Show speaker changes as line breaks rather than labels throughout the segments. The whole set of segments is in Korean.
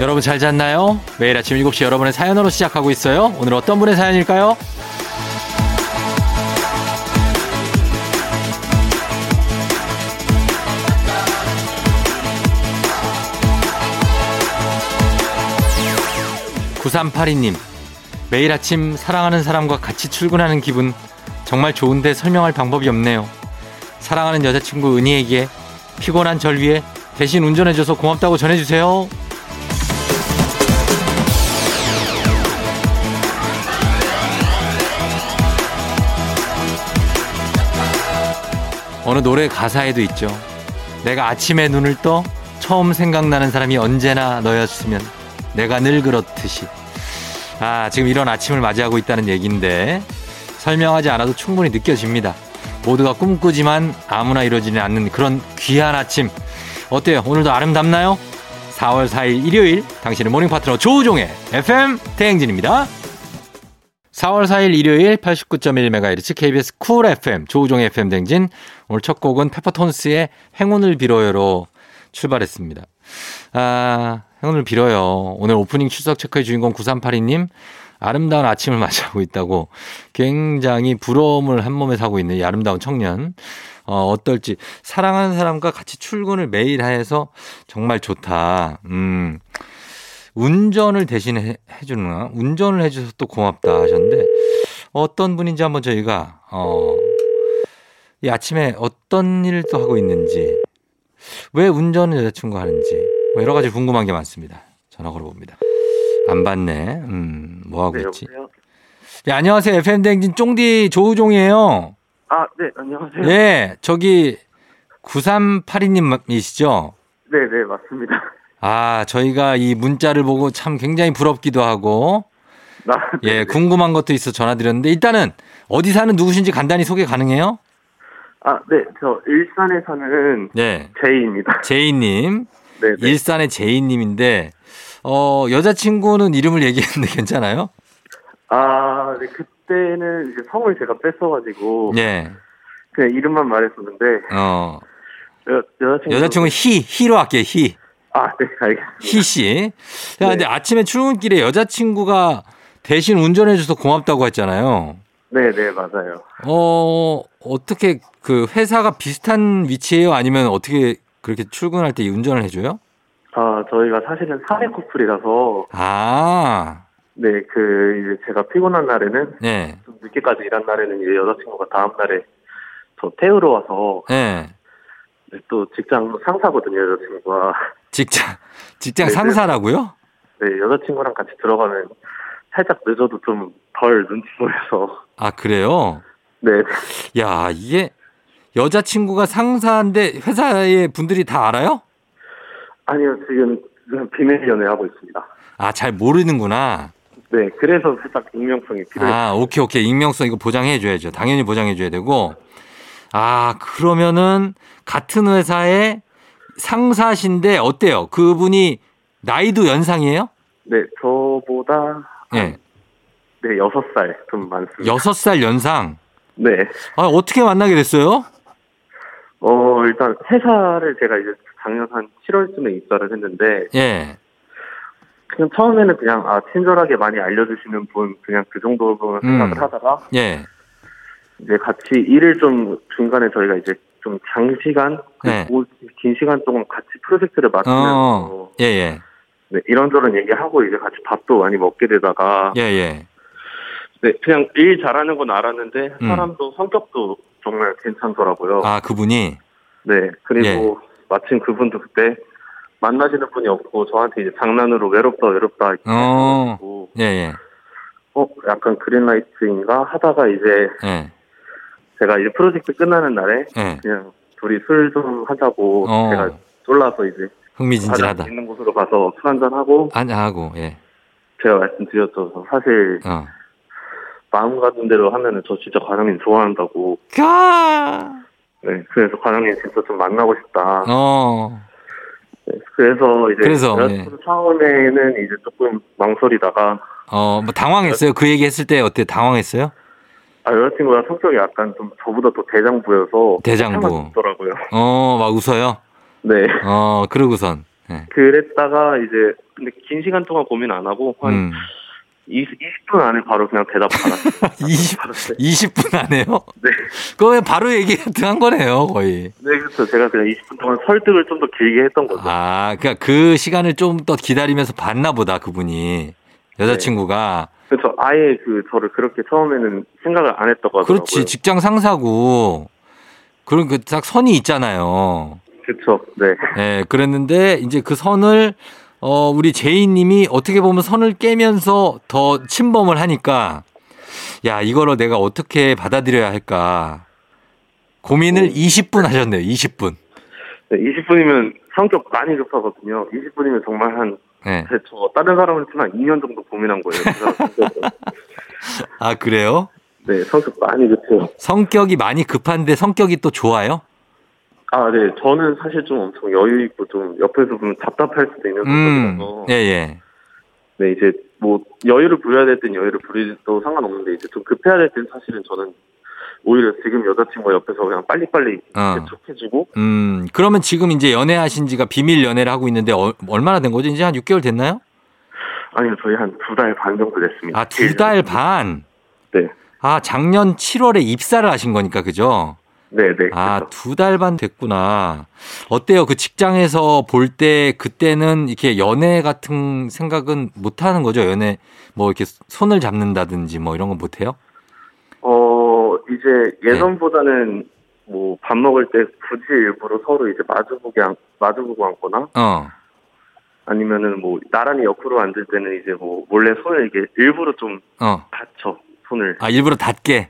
여러분 잘 잤나요? 매일 아침 7시 여러분의 사연으로 시작하고 있어요. 오늘 어떤 분의 사연일까요? 9382님, 매일 아침 사랑하는 사람과 같이 출근하는 기분 정말 좋은데 설명할 방법이 없네요. 사랑하는 여자친구 은희에게 피곤한 절 위해 대신 운전해줘서 고맙다고 전해주세요. 어느 노래 가사에도 있죠. 내가 아침에 눈을 떠 처음 생각나는 사람이 언제나 너였으면 내가 늘 그렇듯이. 아, 지금 이런 아침을 맞이하고 있다는 얘기인데 설명하지 않아도 충분히 느껴집니다. 모두가 꿈꾸지만 아무나 이루어지는 않는 그런 귀한 아침. 어때요? 오늘도 아름답나요? 4월 4일 일요일 당신의 모닝 파트너 조우종의 FM 대행진입니다. 4월 4일 일요일 89.1MHz KBS 쿨 FM 조우종의 FM 댕진 오늘 첫 곡은 페퍼톤스의 행운을 빌어요로 출발했습니다. 아, 행운을 빌어요. 오늘 오프닝 출석 체크의 주인공 9382님 아름다운 아침을 맞이하고 있다고 굉장히 부러움을 한 몸에 사고 있는 이 아름다운 청년. 어, 어떨지 사랑하는 사람과 같이 출근을 매일 해서 정말 좋다. 음. 운전을 대신 해, 해주는 운전을 해줘서 또 고맙다 하셨는데 어떤 분인지 한번 저희가 어, 이 아침에 어떤 일을 또 하고 있는지 왜 운전을 여자친구 하는지 뭐 여러 가지 궁금한 게 많습니다. 전화 걸어봅니다. 안 받네. 음, 뭐 하고
네,
있지?
여보세요?
예, 안녕하세요. FM 댕진 쫑디 조우종이에요.
아, 네, 안녕하세요. 네,
예, 저기 9382님이시죠?
네, 맞습니다.
아, 저희가 이 문자를 보고 참 굉장히 부럽기도 하고
나,
예,
네, 네.
궁금한 것도 있어 전화드렸는데 일단은 어디 사는 누구신지 간단히 소개 가능해요?
아, 네, 저 일산에 사는
네.
제이입니다.
제이님,
네, 네.
일산의 제이님인데 어 여자친구는 이름을 얘기했는데 괜찮아요?
아, 네, 그때는 이제 성을 제가 뺐어가지고
예.
그냥 이름만 말했었는데
어
여, 여자친구
여자친구는 희 희로 할게요 희.
아, 네, 알겠습니다.
희 씨. 야,
네.
근데 아침에 출근길에 여자친구가 대신 운전해줘서 고맙다고 했잖아요.
네, 네, 맞아요.
어 어떻게 그 회사가 비슷한 위치예요? 아니면 어떻게 그렇게 출근할 때 이 운전을 해줘요?
아, 저희가 사실은 사내 커플이라서
아,
네, 그 이제 제가 피곤한 날에는
네,
좀 늦게까지 일한 날에는 이제 여자친구가 다음 날에 저 태우러 와서
네.
네, 또 직장 상사거든요, 여자친구가.
직장 직장
네, 네.
상사라고요?
네, 여자친구랑 같이 들어가면 살짝 늦어도 좀 덜 눈치 보여서.
아 그래요?
네,
야 이게 여자친구가 상사인데 회사의 분들이 다 알아요?
아니요, 지금 그냥 비밀 연애하고 있습니다.
아 잘 모르는구나.
네, 그래서 살짝 익명성이 필요해요.
아 오케이 오케이 익명성 이거 보장해 줘야죠. 당연히 보장해 줘야 되고. 아 그러면은 같은 회사의 상사신데 어때요? 그분이 나이도 연상이에요?
네, 저보다,
예,
네, 여섯 살 좀 많습니다.
여섯 살 연상.
네,
아 어떻게 만나게 됐어요?
어, 일단 회사를 제가 이제 작년 한 7월쯤에 입사를 했는데,
예,
그냥 처음에는 그냥, 아, 친절하게 많이 알려주시는 분, 그냥 그 정도로 생각을
음.
하다가,
예,
이제 같이 일을 좀 중간에 저희가 이제 좀 장시간
네.
그리고 긴 시간 동안 같이 프로젝트를 맡으면서
어, 예, 예,
네, 이런저런 얘기하고 이제 같이 밥도 많이 먹게 되다가
예, 예.
네, 그냥 일 잘하는 건 알았는데
음.
사람도 성격도 정말 괜찮더라고요.
아 예. 그분이
네 그리고 마침 그분도 그때 만나시는 분이 없고 저한테 이제 장난으로 외롭다 외롭다 이렇게
어.
하고
예, 예,
어 약간 그린라이트인가 하다가 이제
예,
제가 이제 프로젝트 끝나는 날에
예.
그냥 둘이 술 좀 하자고
어.
제가 쫄라서 이제
흥미진진하다.
가장 있는 곳으로 가서 술 한잔 하고
안 하고, 예,
제가 말씀드렸죠. 사실
어.
마음 가는 대로 하면은 저 진짜 과장님 좋아한다고.
가.
네, 그래서 과장님 진짜 좀 만나고 싶다.
어,
네, 그래서 이제
그래서, 네.
여자친구 처음에는 이제 조금 망설이다가
어, 뭐 당황했어요. 그 얘기했을 때 어때? 당황했어요?
아 여자친구가 성격이 약간 좀 저보다 더 대장부여서
대장부.
더라고요.
어, 막 웃어요.
네,
어, 그러고선 네.
그랬다가 이제 근데 긴 시간 동안 고민 안 하고 한
음.
20, 20분 안에 바로 그냥 대답 받았어요.
20,
받았어요.
20분 안에요?
네.
그거 바로 얘기 한 거네요, 거의.
네, 그래서 제가 그냥 20분 동안 설득을 좀 더 길게 했던 거죠.
아, 그러니까 그 시간을 좀 더 기다리면서 봤나 보다 그분이 여자친구가
그래서 아예 그 저를 그렇게 처음에는 생각을 안 했던 거더라고요.
그렇지 직장 상사고 그런 그 딱 선이 있잖아요.
그쵸. 네.
예, 그랬는데 이제 그 선을 어 우리 제이님이 어떻게 보면 선을 깨면서 더 침범을 하니까 야 이거를 내가 어떻게 받아들여야 할까 고민을 20분 하셨네요. 20분.
네, 20분이면 성격 많이 급하거든요. 20분이면 정말 한, 네,
예.
저 다른 사람은 지만 2년 정도 고민한 거예요. 그 사람 성격을.
아 그래요?
네, 성격 많이 급해요.
성격이 많이 급한데 성격이 또 좋아요?
아, 네. 저는 사실 좀 엄청 여유있고 좀 옆에서 보면 답답할 수도 있는
음.
성격이라서.
예 예.
네, 이제 뭐 여유를 부려야 될 땐 여유를 부리도 상관없는데 이제 좀 급해야 될 땐 사실은 저는 오히려 지금 여자친구 가 옆에서 그냥 빨리빨리
어.
대척해주고
음, 그러면 지금 이제 연애하신 지가 비밀 연애를 하고 있는데 어- 얼마나 된 거죠? 이제 한 6개월 됐나요?
아니요 저희 한 두 달 반 정도 됐습니다.
아, 두 달 반.
예. 네.
아, 작년 7월에 입사를 하신 거니까, 그죠?
네네.
아,
그렇죠.
두 달 반 됐구나. 어때요? 그 직장에서 볼 때, 그때는 이렇게 연애 같은 생각은 못 하는 거죠? 연애, 뭐 이렇게 손을 잡는다든지 뭐 이런 건 못 해요?
어 이제 예전보다는 뭐 밥 먹을 때 굳이 일부러 서로 이제 마주보게 안- 마주보고 앉거나
어.
아니면은 뭐 나란히 옆으로 앉을 때는 이제 뭐 몰래 손을 이게 일부러 좀
어.
닫혀 손을
아, 일부러 닿게.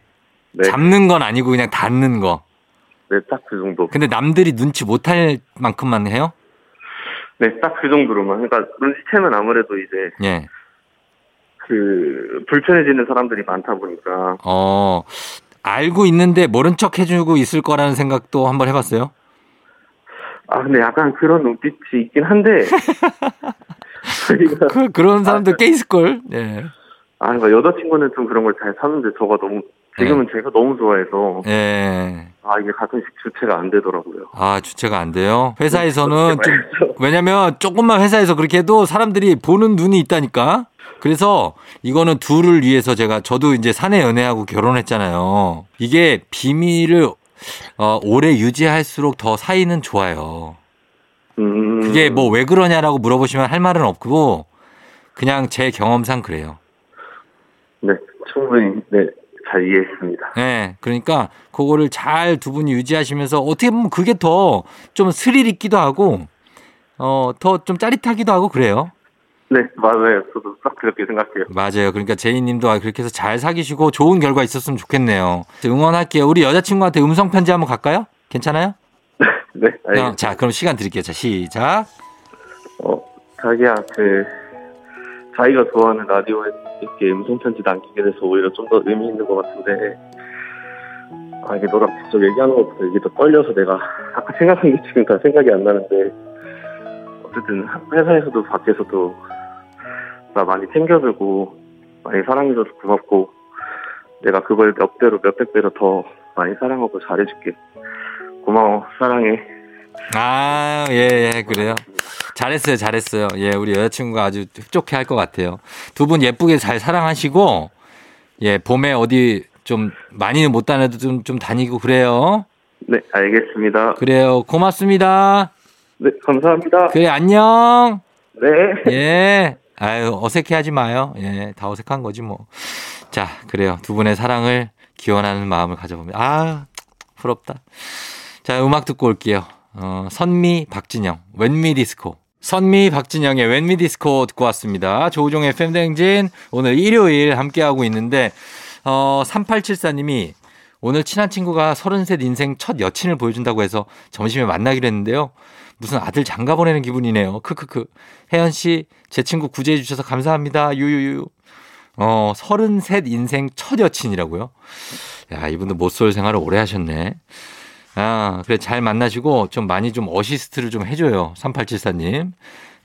네,
잡는 건 아니고 그냥 닿는 거.
네딱 그 정도.
근데 남들이 눈치 못 할 만큼만 해요?
네, 딱 그 정도로만. 그러니까 눈치채면 아무래도 이제
예.
그 불편해지는 사람들이 많다 보니까
어, 알고 있는데 모른 척 해주고 있을 거라는 생각도 한번 해봤어요?
아 근데 약간 그런 눈빛이 있긴 한데 저희가
그, 그런 사람들 꽤 있을걸? 예.
아 그러니까 여자친구는 좀 그런 걸 잘 사는데 저가 너무
네.
지금은 제가 너무 좋아해서
예.
아 이게 가끔씩 주체가 안 되더라고요.
아, 주체가 안 돼요? 회사에서는
네.
좀,
그래서
왜냐면 조금만 회사에서 그렇게 해도 사람들이 보는 눈이 있다니까? 그래서 이거는 둘을 위해서 제가, 저도 이제 사내 연애하고 결혼했잖아요. 이게 비밀을 어, 오래 유지할수록 더 사이는 좋아요.
음,
그게 뭐 왜 그러냐라고 물어보시면 할 말은 없고, 그냥 제 경험상 그래요.
네 충분히 네 잘 이해했습니다.
예. 그러니까 그거를 잘 두 분이 유지하시면서 어떻게 보면 그게 더 좀 스릴 있기도 하고 어, 더 좀 짜릿하기도 하고 그래요.
네 맞아요. 저도 딱 그렇게 생각해요.
맞아요. 그러니까 제이 님도 아, 그렇게 해서 잘 사귀시고 좋은 결과 있었으면 좋겠네요. 응원할게요. 우리 여자친구한테 음성 편지 한번 갈까요? 괜찮아요?
네
어,
알겠습니다.
자, 그럼 시간 드릴게요. 자, 시작.
어 자기야 그 자기가 좋아하는 라디오에 이렇게 음성 편지 남기게 돼서 오히려 좀 더 의미 있는 것 같은데 아 이게 너랑 직접 얘기하는 것보다 이게 더 떨려서 내가 아까 생각한 게 지금 다 생각이 안 나는데 어쨌든 회사에서도 밖에서도 나 많이 챙겨주고 많이 사랑해줘서 고맙고 내가 그걸 몇 배로 몇백 배로 더 많이 사랑하고 잘해줄게 고마워 사랑해
아, 예, 예, 그래요. 잘했어요, 잘했어요. 예, 우리 여자친구가 아주 흡족해 할 것 같아요. 두 분 예쁘게 잘 사랑하시고, 예, 봄에 어디 좀 많이는 못 다녀도 좀, 좀 다니고 그래요.
네 알겠습니다
그래요. 고맙습니다.
네 감사합니다
그래, 안녕.
네
예. 아유, 어색해 하지 마요. 예, 다 어색한 거지 뭐. 자, 그래요. 두 분의 사랑을 기원하는 마음을 가져봅니다. 아, 부럽다. 자, 음악 듣고 올게요. 어, 선미, 박진영, 웬미 디스코. 선미, 박진영의 웬미 디스코 듣고 왔습니다. 조우종의 팬댕진 오늘 일요일 함께하고 있는데, 어, 3874님이 오늘 친한 친구가 33 인생 첫 여친을 보여준다고 해서 점심에 만나기로 했는데요. 무슨 아들 장가 보내는 기분이네요. 크크크. 혜연 씨, 제 친구 구제해 주셔서 감사합니다. 유유유. 어, 33 인생 첫 여친이라고요? 야, 이분도 못쏠 생활을 오래 하셨네. 아, 그래, 잘 만나시고, 좀 많이 좀 어시스트를 좀 해줘요. 3874님.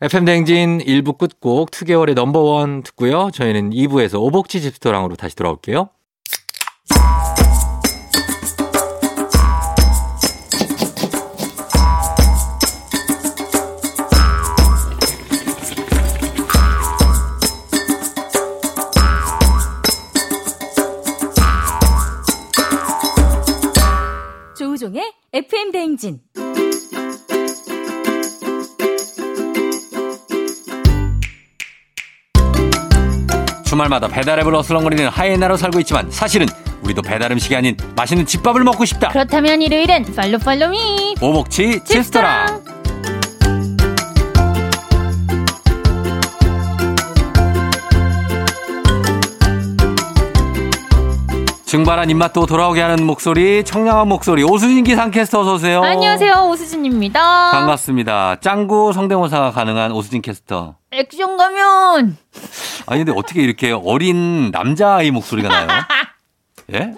FM 대행진 1부 끝곡 2개월의 넘버원 듣고요. 저희는 2부에서 오복지 집스토랑으로 다시 돌아올게요.
조우종의 FM 대행진.
주말마다 배달앱을 어슬렁거리는 하이에나로 살고 있지만 사실은 우리도 배달음식이 아닌 맛있는 집밥을 먹고 싶다.
그렇다면 일요일엔 팔로 팔로미.
오복치 집스토랑 증발한 입맛도 돌아오게 하는 목소리, 청량한 목소리, 오수진 기상캐스터 어서오세요.
안녕하세요 오수진입니다.
반갑습니다. 짱구 성대모사가 가능한 오수진 캐스터.
액션 가면
아니, 근데 어떻게 이렇게 어린 남자아이 목소리가 나요? 예?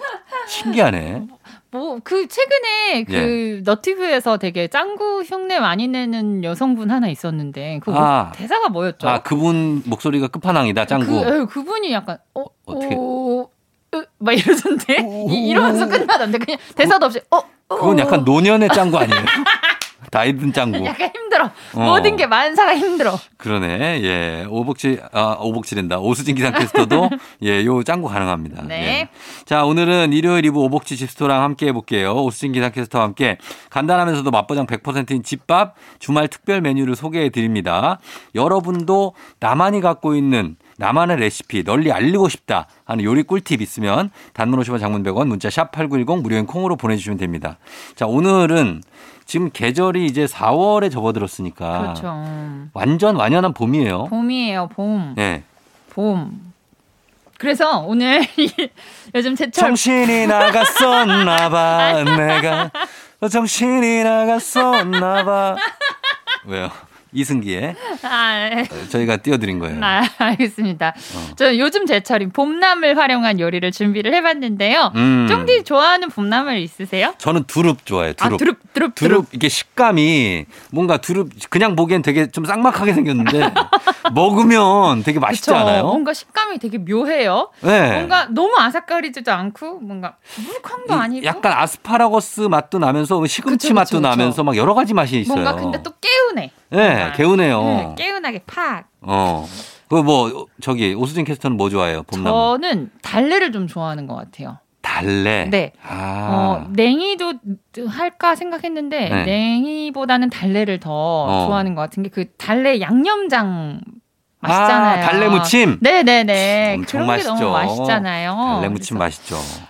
신기하네.
뭐 그
예.
최근에 그 너튜브에서 되게 짱구 흉내 많이 내는 여성분 하나 있었는데 그
아.
대사가 뭐였죠?
아, 그분 목소리가 끝판왕이다, 짱구.
그, 에, 그분이 약간 어
어떻게?
어, 으, 막 이러던데 이-
어.
이러면서 끝나던데 그냥 대사도 없이 어 어,
그건 약간
어.
노년의 짱구 아니에요? 나이든 짱구.
약간 힘들어
어.
모든 게 만사가 힘들어
그러네. 예. 오복지, 아, 오복지된다. 오수진 기상캐스터도, 예, 요 짱구 가능합니다.
네.
예. 자, 오늘은 일요일 이브 오복지 집스토랑 함께 해볼게요. 오수진 기상캐스터와 함께 간단하면서도 맛보장 100%인 집밥 주말 특별 메뉴를 소개해 드립니다. 여러분도 나만이 갖고 있는 나만의 레시피 널리 알리고 싶다 하는 요리 꿀팁 있으면 단문 50원 장문 100원 문자 샵 8910 무료인 콩으로 보내주시면 됩니다. 자, 오늘은 지금 계절이 이제 4월에 접어들었으니까
그렇죠
완전 완연한 봄이에요.
봄이에요 봄
예.
봄. 그래서 오늘 이- 요즘 제철
정신이 나갔었나 봐. 내가 정신이 나갔었나 봐. 왜요? 이승기에
아, 예.
저희가 띄워드린 거예요.
아, 알겠습니다.
어.
저는 요즘 제철인 봄나물 활용한 요리를 준비를 해봤는데요.
음.
쫑디 좋아하는 봄나물 있으세요?
저는 두릅 좋아해요. 두릅.
아, 두릅,
두릅
두릅, 두릅.
이게 식감이 뭔가 두릅 그냥 보기엔 되게 좀 쌍막하게 생겼는데 먹으면 되게 맛있지
그쵸?
않아요?
뭔가 식감이 되게 묘해요.
네.
뭔가 너무 아삭거리지도 않고 뭔가 무룩한도 아니고
약간 아스파라거스 맛도 나면서 시금치
그쵸,
맛도
그쵸,
나면서
그쵸.
막 여러 가지 맛이 있어요.
뭔가 근데 또 깨우네.
네,
뭔가.
개운해요.
네, 깨운하게 팍.
어. 그 뭐 저기 오수진 캐스터는 뭐 좋아해요? 봄나무.
저는 달래를 좀 좋아하는 것 같아요.
달래.
네.
아.
어, 냉이도 할까 생각했는데
네.
냉이보다는 달래를 더
어.
좋아하는 것 같은 게 그 달래 양념장 맛있잖아요.
아, 달래 무침.
네네네.
엄청
그런 게 너무
맛있죠.
맛있잖아요.
달래 무침
어, 그래서
맛있죠. 네.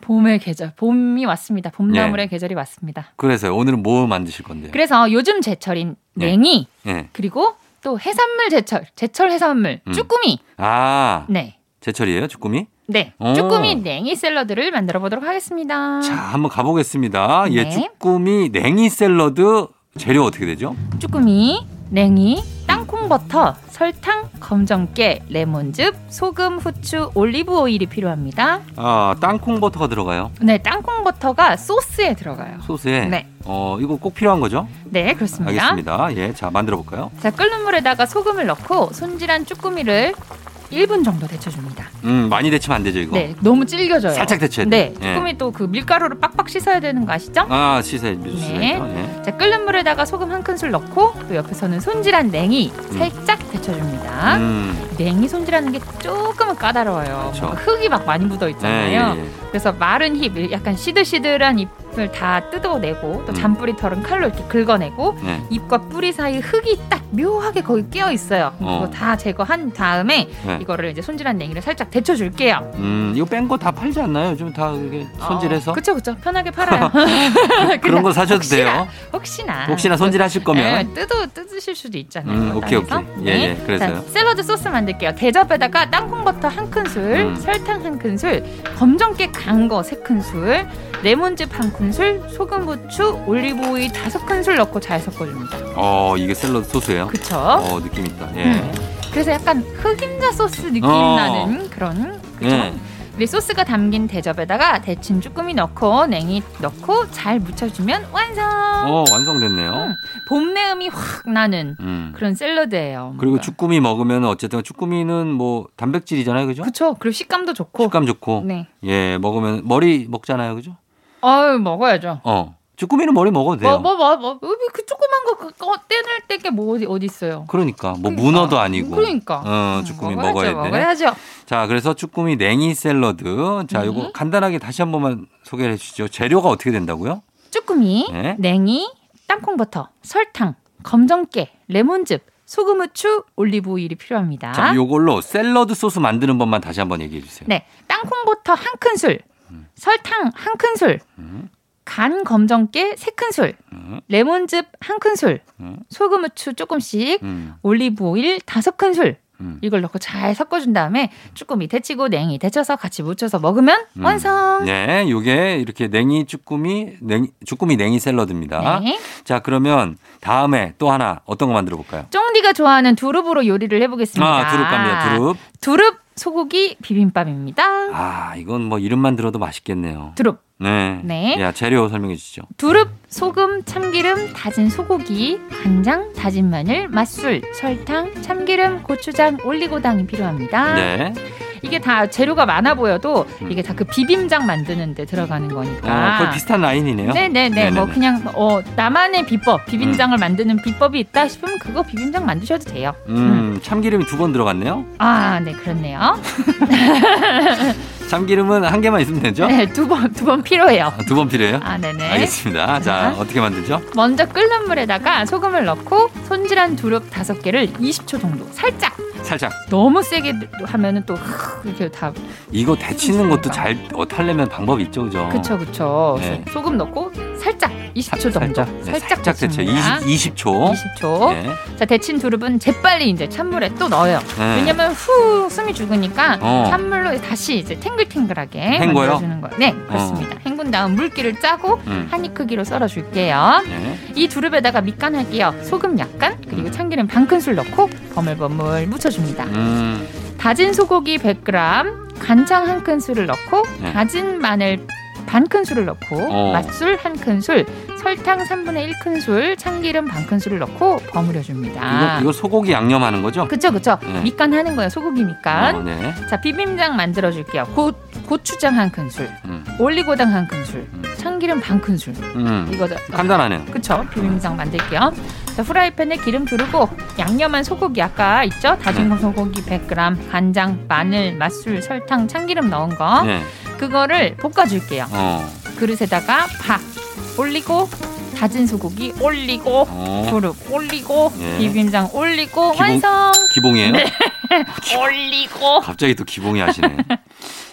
봄의 계절, 봄이 왔습니다. 봄나물의 계절이 왔습니다.
그래서 오늘은 뭐 만드실 건데요?
그래서 요즘 제철인
네.
냉이
예.
그리고 또 해산물 제철, 제철 해산물
음.
쭈꾸미.
아,
네.
제철이에요, 주꾸미?
네,
오.
쭈꾸미 냉이 샐러드를 만들어 보도록 하겠습니다.
자, 한번 가보겠습니다. 예,
아. 네.
주꾸미 냉이 샐러드 재료 어떻게 되죠?
쭈꾸미, 냉이, 땅콩버터, 설탕, 검정깨, 레몬즙, 소금, 후추, 올리브 오일이 필요합니다.
아, 땅콩 버터가 들어가요.
네, 땅콩버터가 소스에 들어가요.
소스에.
네.
어, 이거 꼭 필요한 거죠?
네, 그렇습니다.
알겠습니다. 예, 자 만들어 볼까요?
자, 끓는 물에다가 소금을 넣고 손질한 쭈꾸미를 1분 정도 데쳐줍니다.
음, 많이 데치면 안 되죠, 이거.
네, 너무 질겨져요.
살짝 데쳐야 예.
네,
돼.
쭈꾸미 또 그 밀가루를 빡빡 씻어야 되는 거 아시죠?
아, 시세 뉴스에.
네.
네.
자, 끓는 물에다가 소금 한 큰술 넣고 또 옆에서는 손질한 냉이 살짝 데쳐줍니다.
음.
냉이 손질하는 게 조금은 까다로워요.
그쵸.
뭔가 흙이 막 많이 묻어
그렇죠. 네,
있잖아요.
예, 예.
그래서 마른 잎, 약간 시들시들한 잎을 다 뜯어내고 또
음.
잔뿌리 털은 칼로 이렇게 긁어내고
네.
잎과 뿌리 사이 흙이 딱 묘하게 거기 끼어 있어요.
어.
그거 다 제거한 다음에
네.
이거를 이제 손질한 냉이를 살짝 데쳐줄게요.
음, 이거 뺀 거 다 팔지 않나요? 요즘 다 이렇게 손질해서
어, 그쵸 그쵸 편하게 팔아요.
그런 거 사셔도
혹시나,
돼요.
혹시나
혹시나 손질하실 거면
예, 뜯어 뜯으실 수도 있잖아요.
음, 오케이,
땅에서. 네.
오케이. 예, 예, 그래서요.
자, 샐러드 소스 만들게요. 대접에다가 땅콩버터 한 큰술,
음.
설탕 한 큰술, 검정깨 간 거 세 큰술, 레몬즙 한 큰술, 소금 고추, 올리브 오일 다섯 큰술 넣고 잘 섞어줍니다.
어, 이게 샐러드 소스예요.
네. 그쵸?
어, 느낌 있다. 예.
음. 그래서 약간 흑임자 소스 느낌
어.
나는 그런 그쵸?
예.
우리 소스가 담긴 대접에다가 데친 쭈꾸미 넣고 냉이 넣고 잘 묻혀주면 완성.
어, 완성됐네요.
음. 봄내음이 확 나는
음.
그런 샐러드예요.
그리고
뭔가.
쭈꾸미 먹으면 어쨌든 쭈꾸미는 뭐 단백질이잖아요. 그죠?
그쵸. 그리고 식감도 좋고.
식감 좋고.
네.
예, 먹으면 머리 먹잖아요. 그죠?
아유 먹어야죠.
어. 쭈꾸미는 머리 먹어도 돼요.
뭐 뭐 뭐뭐그 조그만 거 그- 그거 떼낼 때게뭐 어디 어디 있어요.
그러니까 뭐
그러니까.
문어도 아니고.
그러니까.
어,
음,
쭈꾸미
먹어야죠,
먹어야 돼.
먹어야죠.
자, 그래서 쭈꾸미 냉이 샐러드. 자, 요거
음.
간단하게 다시 한 번만 소개해 주시죠. 재료가 어떻게 된다고요?
쭈꾸미,
네.
냉이, 땅콩버터, 설탕, 검정깨, 레몬즙, 소금 후추, 올리브 오일이 필요합니다.
자, 요걸로 샐러드 소스 만드는 법만 다시 한 번 얘기해 주세요.
아? 네. 땅콩버터 한 큰술, 설탕 한 큰술,
음.
간 검정깨 세 큰술,
음.
레몬즙 한 큰술,
음.
소금 후추 조금씩,
음.
올리브 오일 다섯 큰술.
음.
이걸 넣고 잘 섞어준 다음에 쭈꾸미 데치고 냉이 데쳐서 같이 무쳐서 먹으면
음.
완성.
네, 요게 이렇게 냉이 쭈꾸미, 냉 쭈꾸미 냉이 샐러드입니다.
네.
자, 그러면 다음에 또 하나 어떤 거 만들어 볼까요?
쫑디가 좋아하는 두릅으로 요리를 해보겠습니다.
아, 두릅 갑니다. 두릅.
두릅 소고기 비빔밥입니다.
아, 이건 뭐 이름만 들어도 맛있겠네요.
두릅.
네.
네.
야, 재료 설명해 주시죠.
두릅, 소금, 참기름, 다진 소고기, 간장, 다진 마늘, 맛술, 설탕, 참기름, 고추장, 올리고당이 필요합니다.
네.
이게 다 재료가 많아 보여도
음.
이게 다 그 비빔장 만드는 데 들어가는 거니까.
어, 거의 비슷한 라인이네요.
네네네. 뭐
네네네.
그냥 어 나만의 비법 비빔장을 만드는 비법이 있다 싶으면 그거 비빔장 만드셔도 돼요.
음, 참기름이 두 번 들어갔네요.
아 네 그렇네요.
참기름은 한 개만 있으면 되죠?
네두 번 두 번 필요해요.
두 번 필요해요?
아 네네.
그렇죠? 알겠습니다. 자,
네.
어떻게 만들죠?
먼저 끓는 물에다가 소금을 넣고 손질한 두릅 다섯 개를 20초 정도 살짝
살짝.
너무 세게 하면은 또 흑, 이렇게 다
이거 데치는 것도 잘 어탈려면 방법이 있죠, 그죠?
그쵸 그쵸.
네.
소금 넣고 살짝 20초 정도
살짝, 네, 살짝 데쳐. 20,
데칩니다.
20초.
20초.
네.
자 데친 두릅은 재빨리 이제 찬물에 또 넣어요.
네.
왜냐면 후 숨이 죽으니까
어.
찬물로 다시 이제 탱글탱글하게
헹궈요?
만들어주는 거예요. 네, 그렇습니다. 헹군 다음 물기를 짜고
음.
한입 크기로 썰어줄게요.
네.
이 두릅에다가 밑간 할게요. 소금 약간 그리고 참기름 반 큰술 넣고 버물버물 묻혀줍니다.
음.
다진 소고기 100g, 간장 한 큰술을 넣고
네.
다진 마늘 반 큰술을 넣고
어.
맛술 한 큰술, 설탕 3분의 1 큰술, 참기름 반 큰술을 넣고 버무려줍니다.
이거, 이거 소고기 양념하는 거죠?
그쵸 그쵸
네.
밑간 하는 거예요 소고기 밑간
어, 네.
자 비빔장 만들어 줄게요. 고 고추장 한 큰술,
음.
올리고당 한 큰술,
음.
참기름 반 큰술.
음.
이거죠.
간단하네요.
그쵸? 비빔장 만들게요. 자 후라이팬에 기름 두르고 양념한 소고기 아까 있죠? 다진
네.
소고기 100g, 간장, 마늘, 맛술, 설탕, 참기름 넣은 거
네.
그거를 볶아줄게요.
어.
그릇에다가 밥 올리고 다진 소고기 올리고
어.
두릅 올리고
예.
비빔장 올리고
기본-
완성
기봉이에요?
네. 올리고
갑자기 또 기봉이 하시네.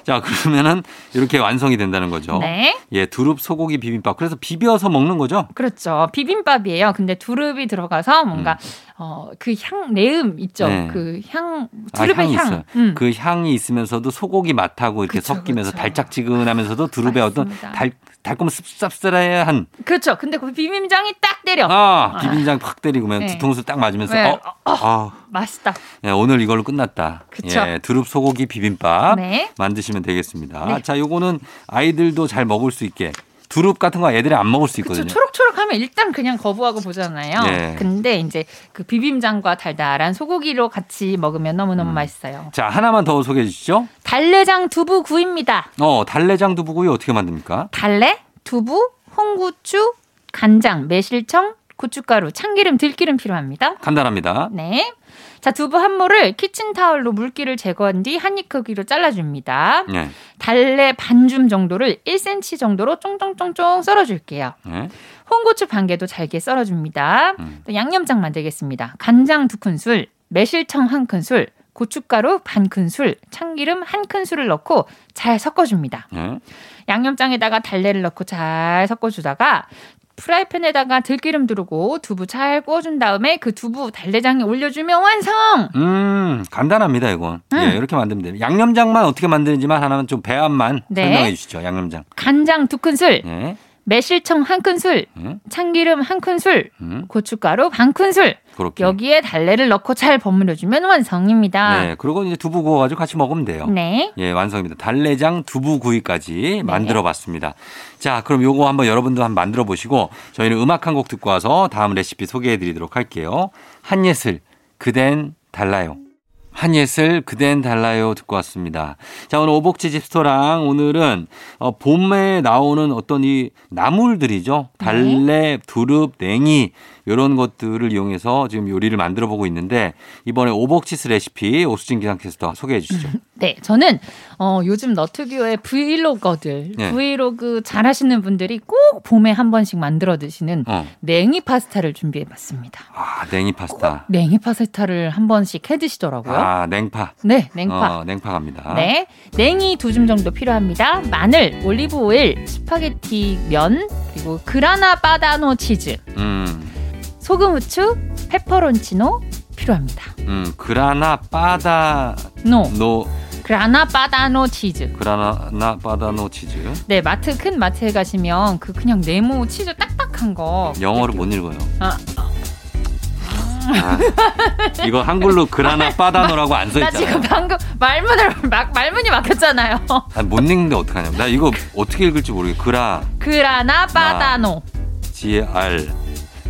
자, 그러면은 이렇게 완성이 된다는 거죠.
네.
예, 두릅 소고기 비빔밥. 그래서 비벼서 먹는 거죠?
그렇죠. 비빔밥이에요. 근데 두릅이 들어가서 뭔가 어, 그 향 내음 있죠.
음. 네.
그 향
아,
두릅의
향이
향.
있어요.
음.
그 향이 있으면서도 소고기 맛하고 이렇게
그쵸,
섞이면서
그쵸.
달짝지근하면서도 두릅의 어떤
맞습니다.
달, 달콤 씁쌉쓸한
그렇죠. 근데 그 비빔장이 딱 때려.
아, 비빔장 팍 때리고 그냥
어. 네.
뒤통수 딱 맞으면서
네.
어, 아,
맛있다.
예, 오늘 이걸로 끝났다.
그쵸.
예, 두릅 소고기 비빔밥
네.
만드시면 되겠습니다.
네.
자, 요거는 아이들도 잘 먹을 수 있게 두릅 같은 거 애들이 안 먹을 수
그쵸,
있거든요.
초록초록하면 일단 그냥 거부하고 보잖아요.
예.
근데 이제 그 비빔장과 달달한 소고기로 같이 먹으면
음.
너무너무 맛있어요.
자, 하나만 더 소개해 주시죠.
달래장 두부 구입니다.
어, 달래장 두부구이 어떻게 만듭니까?
달래, 두부, 홍고추, 간장, 매실청, 고춧가루, 참기름, 들기름 필요합니다.
간단합니다.
네. 자, 두부 한 모를 키친타올로 물기를 제거한 뒤 한입 크기로 잘라줍니다.
예.
달래 반줌 정도를 1cm 정도로 쫑쫑쫑쫑 썰어줄게요.
예.
홍고추 반 개도 잘게 썰어줍니다.
음.
또 양념장 만들겠습니다. 간장 두 큰술, 매실청 한 큰술, 고춧가루 반 큰술, 참기름 한 큰술을 넣고 잘 섞어줍니다.
예.
양념장에다가 달래를 넣고 잘 섞어주다가 프라이팬에다가 들기름 두르고 두부 잘 구워준 다음에 그 두부 달래장에 올려주면 완성!
음, 간단합니다, 이건.
음.
예, 이렇게 만들면 됩니다. 양념장만 어떻게 만드는지만 하나만 좀 배합만
네.
설명해 주시죠. 양념장.
간장 두 큰술,
예.
매실청 한 큰술,
음.
참기름 한 큰술,
음.
고춧가루 반 큰술,
그렇게.
여기에 달래를 넣고 잘 버무려주면 완성입니다.
네, 그리고 이제 두부 구워 가지고 같이 먹으면 돼요.
네.
예, 완성입니다. 달래장 두부구이까지 만들어 봤습니다. 자, 그럼 요거 한번 여러분도 한번 만들어 보시고 저희는 음악 한 곡 듣고 와서 다음 레시피 소개해 드리도록 할게요. 한예슬, 그댄 달라요. 한예슬, 그댄 달라요 듣고 왔습니다. 자, 오늘 오복지 집스토랑 오늘은 어, 봄에 나오는 어떤 이 나물들이죠. 달래, 두릅, 냉이 이런 것들을 이용해서 지금 요리를 만들어 보고 있는데 이번에 오복치스 레시피 오수진 기상캐스터 소개해 주시죠.
네, 저는 어, 요즘 너튜브의 브이로거들,
네.
브이로그 잘하시는 분들이 꼭 봄에 한 번씩 만들어 드시는
어.
냉이 파스타를 준비해봤습니다.
아, 냉이 파스타.
냉이 파스타를 한 번씩 해 드시더라고요.
아, 냉파.
네, 냉파.
어, 냉파 갑니다.
네, 냉이 두 줌 정도 필요합니다. 마늘, 올리브 오일, 스파게티 면, 그리고 그라나 바다노 치즈,
음,
소금 후추, 페퍼론치노 필요합니다.
음, 그라나 빠다
노,
노
그라나 바다노 치즈.
그라나 빠다 노 치즈.
네, 마트 큰 마트에 가시면 그 그냥 네모 치즈 딱딱한 거
영어를 못 읽어요.
아.
아, 이거 한글로 그라나 빠다노라고 안 써
나 지금
있잖아.
방금 말문을 막 말문이 막혔잖아요.
아, 못 읽는데 어떡하냐. 나 이거 어떻게 읽을지 모르겠어. 그라
그라나 바다노,
아. G R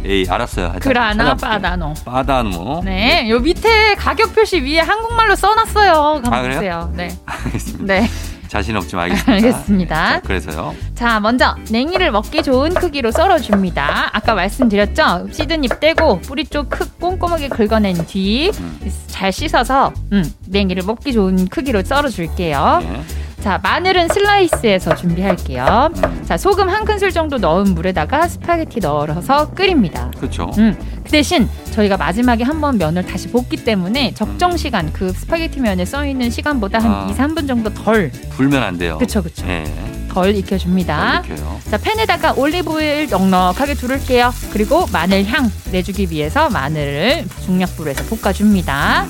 A 알았어요. 하여튼
그라나
찾아볼게요.
바다노.
빠다노.
네, 요 밑에 가격 표시 위에 한국말로 써놨어요.
아, 그래요?
가보세요. 네,
알겠습니다.
네.
자신 없지만 알겠습니다.
알겠습니다.
네, 자, 그래서요.
자, 먼저 냉이를 먹기 좋은 크기로 썰어줍니다. 아까 말씀드렸죠? 씨든잎 떼고 뿌리 쪽 흙 꼼꼼하게 긁어낸 뒤
음.
잘 씻어서 음, 냉이를 먹기 좋은 크기로 썰어줄게요.
예.
자, 마늘은 슬라이스해서 준비할게요.
음.
자, 소금 한 큰술 정도 넣은 물에다가 스파게티 넣어서 끓입니다.
그렇죠.
음, 그 대신 저희가 마지막에 한 번 면을 다시 볶기 때문에 적정 시간 그 스파게티 면에 써 있는 시간보다 한
음. 아.
이 2, 3분 정도 덜,
불면 안 돼요.
그쵸 그쵸,
예.
덜 익혀줍니다.
이렇게요.
자 팬에다가 올리브오일 넉넉하게 두를게요. 그리고 마늘 향 내주기 위해서 마늘을 중약불에서 볶아줍니다.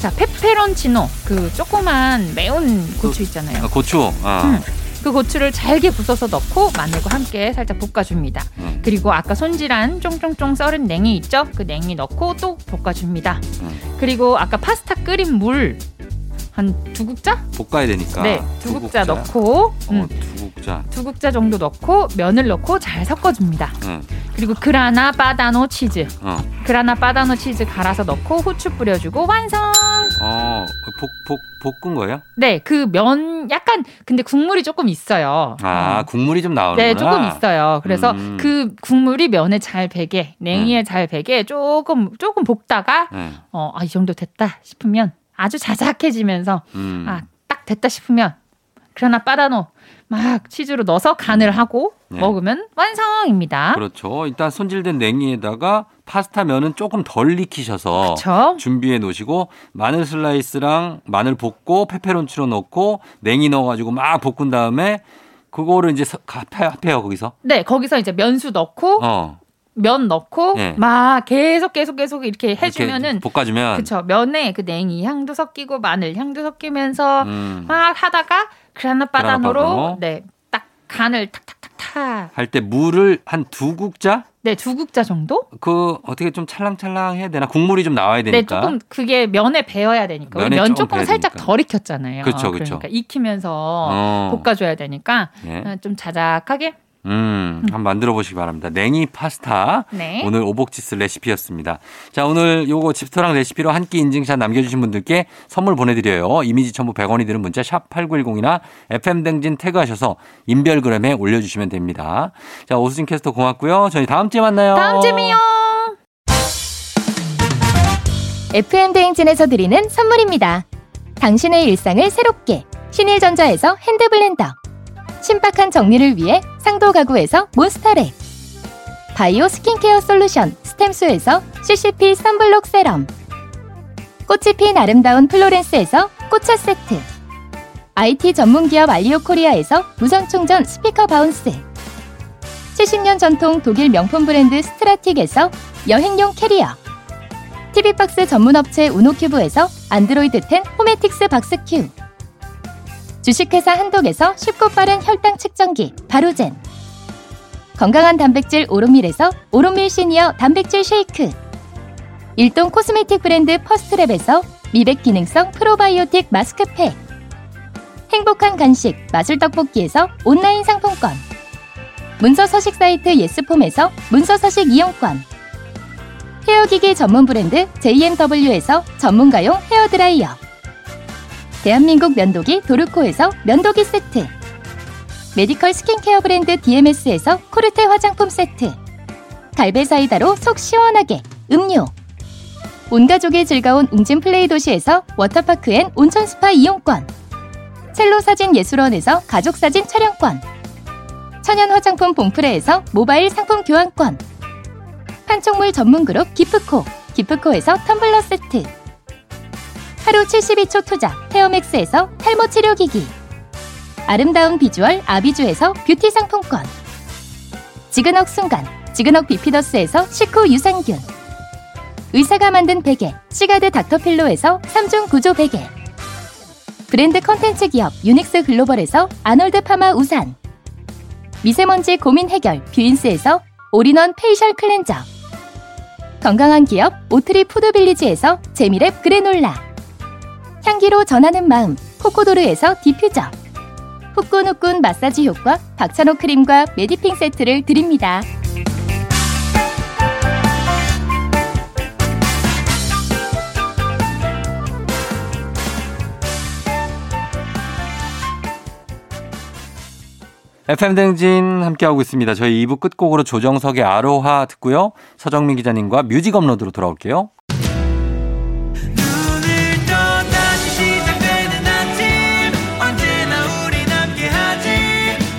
자 페페론치노 그 조그만 매운 고추 있잖아요.
아, 고추. 아.
음. 그 고추를 잘게 부숴서 넣고 마늘과 함께 살짝 볶아줍니다.
음.
그리고 아까 손질한 쫑쫑쫑 썰은 냉이 있죠? 그 냉이 넣고 또 볶아줍니다.
음.
그리고 아까 파스타 끓인 물 한 두 국자?
볶아야 되니까.
네, 두 국자 넣고
어,
음,
두 국자.
두 국자 정도 넣고 면을 넣고 잘 섞어줍니다.
응.
그리고 그라나 바다노 치즈,
어.
그라나 바다노 치즈 갈아서 넣고 후추 뿌려주고 완성.
어, 볶, 볶, 볶은 거예요?
네, 그 면 약간 근데 국물이 조금 있어요. 음.
아, 국물이 좀 나오는구나.
네, 조금 있어요. 그래서
음. 네.
그 국물이 면에 잘 배게, 냉이에 잘 배게 조금 조금 볶다가
응.
어, 아, 이 정도 됐다 싶으면 아주 자작해지면서
음.
아, 딱 됐다 싶으면 그러나 빠다노 막 치즈로 넣어서 간을 하고
네.
먹으면 완성입니다.
그렇죠. 일단 손질된 냉이에다가 파스타 면은 조금 덜 익히셔서
그렇죠.
준비해 놓으시고 마늘 슬라이스랑 마늘 볶고 페페론치로 넣고 냉이 넣어가지고 막 볶은 다음에 그거를 이제 서- 가- 합해- 합해요 거기서.
네, 거기서 이제 면수 넣고
어.
면 넣고
네.
막 계속 계속 계속 이렇게
이렇게
해주면은
볶아주면.
그쵸 면에 그 냉이 향도 섞이고 마늘 향도 섞이면서
음.
막 하다가 그라나
그라나빠다노.
바다노로 네 딱 간을 탁탁탁탁
할 때 물을 한 두 국자?
네두 국자 정도
그 어떻게 좀 찰랑찰랑 해야 되나? 국물이 좀 나와야
네
되니까.
조금 그게 면에 배어야 되니까 우리
면에
면
조금
조금
배야
살짝
되니까.
덜 익혔잖아요
그쵸, 그쵸.
그러니까 익히면서
어.
볶아줘야 되니까
네.
좀 자작하게
음, 한번 만들어 보시기 바랍니다. 냉이 파스타.
네.
오늘 오복치스 레시피였습니다. 자, 오늘 요거 집토랑 레시피로 한 끼 인증샷 남겨주신 분들께 선물 보내드려요. 이미지 첨부 100원이 드는 문자 샵 8910이나 FM등진 태그하셔서 인별그램에 올려주시면 됩니다. 자, 오수진 캐스터 고맙고요. 저희 다음주에 만나요.
다음 주에 봬요.
FM 대행진에서 드리는 선물입니다. 당신의 일상을 새롭게 신일전자에서 핸드블렌더 신박한 정리를 위해 상도 가구에서 몬스터랩 바이오 스킨케어 솔루션 스템수에서 CCP 선블록 세럼 꽃이 핀 아름다운 플로렌스에서 꽃차 세트 IT 전문기업 알리오 코리아에서 무선충전 스피커 바운스 70년 전통 독일 명품 브랜드 스트라틱에서 여행용 캐리어 TV박스 전문업체 우노큐브에서 안드로이드 10 호메틱스 박스큐 주식회사 한독에서 쉽고 빠른 혈당 측정기 바로젠 건강한 단백질 오롯밀에서 오롯밀 시니어 단백질 쉐이크 일동 코스메틱 브랜드 퍼스트랩에서 미백 기능성 프로바이오틱 마스크팩 행복한 간식 마술 떡볶이에서 온라인 상품권 문서 서식 사이트 예스폼에서 문서 서식 이용권 헤어기기 전문 브랜드 JMW에서 전문가용 헤어드라이어 대한민국 면도기 도르코에서 면도기 세트 메디컬 스킨케어 브랜드 DMS에서 코르테 화장품 세트 갈베사이다로 속 시원하게 음료 온가족이 즐거운 웅진 플레이 도시에서 워터파크 앤 온천 스파 이용권 첼로 사진 예술원에서 가족 사진 촬영권 천연 화장품 봉프레에서 모바일 상품 교환권 판촉물 전문 그룹 기프코, 기프코에서 텀블러 세트. 하루 72초 투자, 헤어맥스에서 탈모 치료기기. 아름다운 비주얼 아비주에서 뷰티 상품권. 지그넉 순간, 지그넉 비피더스에서 식후 유산균. 의사가 만든 베개, 시가드 닥터필로에서 3중 구조 베개. 브랜드 컨텐츠 기업 유닉스 글로벌에서 아놀드 파마 우산. 미세먼지 고민 해결 뷰인스에서 올인원 페이셜 클렌저 건강한 기업 오트리 푸드빌리지에서 재미랩 그래놀라 향기로 전하는 마음 코코도르에서 디퓨저 후끈후끈 마사지 효과 박찬호 크림과 메디핑 세트를 드립니다.
FM 댕진 함께하고 있습니다. 저희 2부 끝곡으로 조정석의 아로하 듣고요. 서정민 기자님과 뮤직 업로드로 돌아올게요.
눈을 떠 다시 시작되는 아침 언제나 우린 함께하지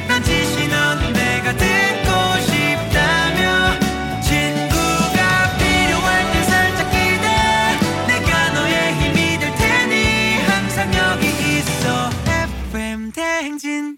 난 지시 넌 내가 듣고 싶다며 친구가 필요할 때 살짝 기대 내가 너의 힘이 될 테니 항상 여기 있어 FM 대행진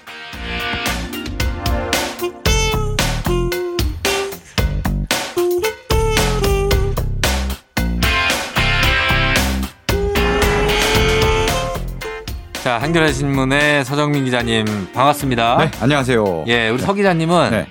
자 한겨레 신문의 서정민 기자님 반갑습니다.
네, 안녕하세요.
예, 우리 서 기자님은
네.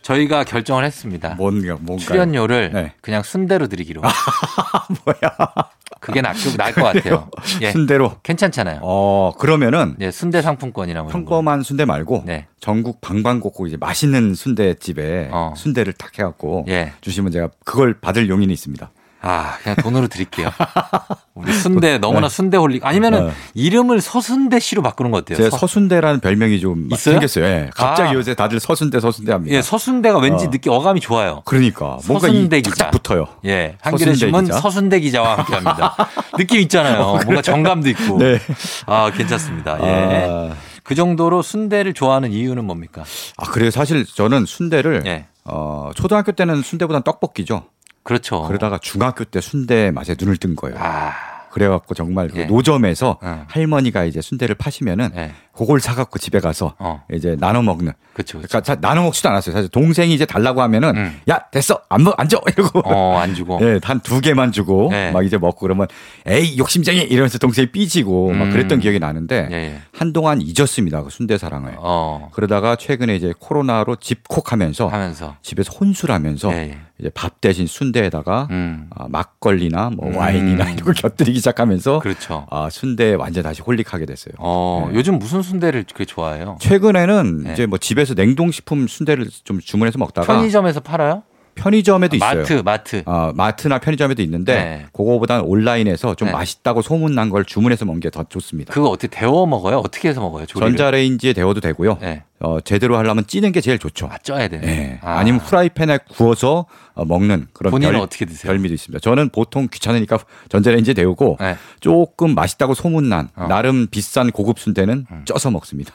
저희가 결정을 했습니다.
뭔가 뭔가
출연료를
네.
그냥 순대로 드리기로.
뭐야?
그게 낫, 나을 것 같아요. 예,
순대로.
괜찮잖아요.
어 그러면은
예, 순대 상품권이나 뭐 이런 거.
평범한 순대 말고
네.
전국 방방곡곡 이제 맛있는 순대 집에
어.
순대를 탁 해갖고
예.
주시면 제가 그걸 받을 용인이 있습니다.
아, 그냥 돈으로 드릴게요. 우리 순대 너무나 순대 홀릭 아니면은
네.
이름을 서순대 씨로 바꾸는 거 어때요?
제
예, 서-
서순대라는 별명이 좀
있어요?
생겼어요. 예. 갑자기
아.
요새 다들 서순대 서순대 합니다.
예, 서순대가 왠지
어.
느낌 어감이 좋아요.
그러니까 뭔가 이
서순대 기자.
착착 붙어요.
예,
서순대
한겨레 신문
기자.
서순대 기자와 함께합니다. 느낌 있잖아요. 뭔가 정감도 있고.
어, 네.
아, 괜찮습니다. 예.
아,
그 정도로 순대를 좋아하는 이유는 뭡니까?
아 그래요. 사실 저는 순대를
예.
어, 초등학교 때는 순대보단 떡볶이죠.
그렇죠.
그러다가 중학교 때 순대 맛에 눈을 뜬 거예요.
아,
그래갖고 정말 그
예.
노점에서
어.
할머니가 이제 순대를 파시면은
예.
그걸 사갖고 집에 가서
어.
이제 나눠 먹는.
그렇죠, 그쵸, 그쵸.
그러니까 자- 나눠 먹지도 않았어요. 사실 동생이 이제 달라고 하면은
음.
야 됐어 안 먹 안 줘 이러고
어, 안 주고.
예, 한 두 개만 주고
예.
막 이제 먹고 그러면 에이 욕심쟁이 이러면서 동생이 삐지고 막
음.
그랬던 기억이 나는데
예, 예.
한동안 잊었습니다 그 순대 사랑을.
어.
그러다가 최근에 이제 코로나로 집콕하면서
하면서.
집에서 혼술하면서
아. 예, 예.
이제 밥 대신 순대에다가
음.
아, 막걸리나 뭐
음.
와인이나 이런 걸 곁들이기 시작하면서
그렇죠.
아, 순대에 완전 다시 홀릭하게 됐어요.
어,
예.
요즘 무슨 순대를 그렇게 좋아해요?
최근에는
네.
이제 뭐 집에서 냉동식품 순대를 좀 주문해서 먹다가
편의점에서 팔아요?
편의점, 에도 있어요.
마트, 마트.
아, 마트나 편의점에도 있는데
네.
그거보단 온라인에서 좀
네. 맛있다고
맛있다고 소문난 걸 주문해서 먹는 게 더 좋습니다.
그거 어떻게 데워 먹어요? 어떻게 해서 먹어요? 조리를?
아. 전자레인지에 데워도 되고요.
네.
어, 제대로 하려면 찌는 게 제일 좋죠.
아, 쪄야 되네.
예. 아. 니면 후라이팬에 구워서 어, 먹는 그런
본인은
별-
어떻게 드세요?
별미도 있습니다. 저는 보통 귀찮으니까 전자레인지에 데우고
네.
조금 맛있다고 소문난
어. 음.
나름 비싼 고급 순대는 쪄서 먹습니다.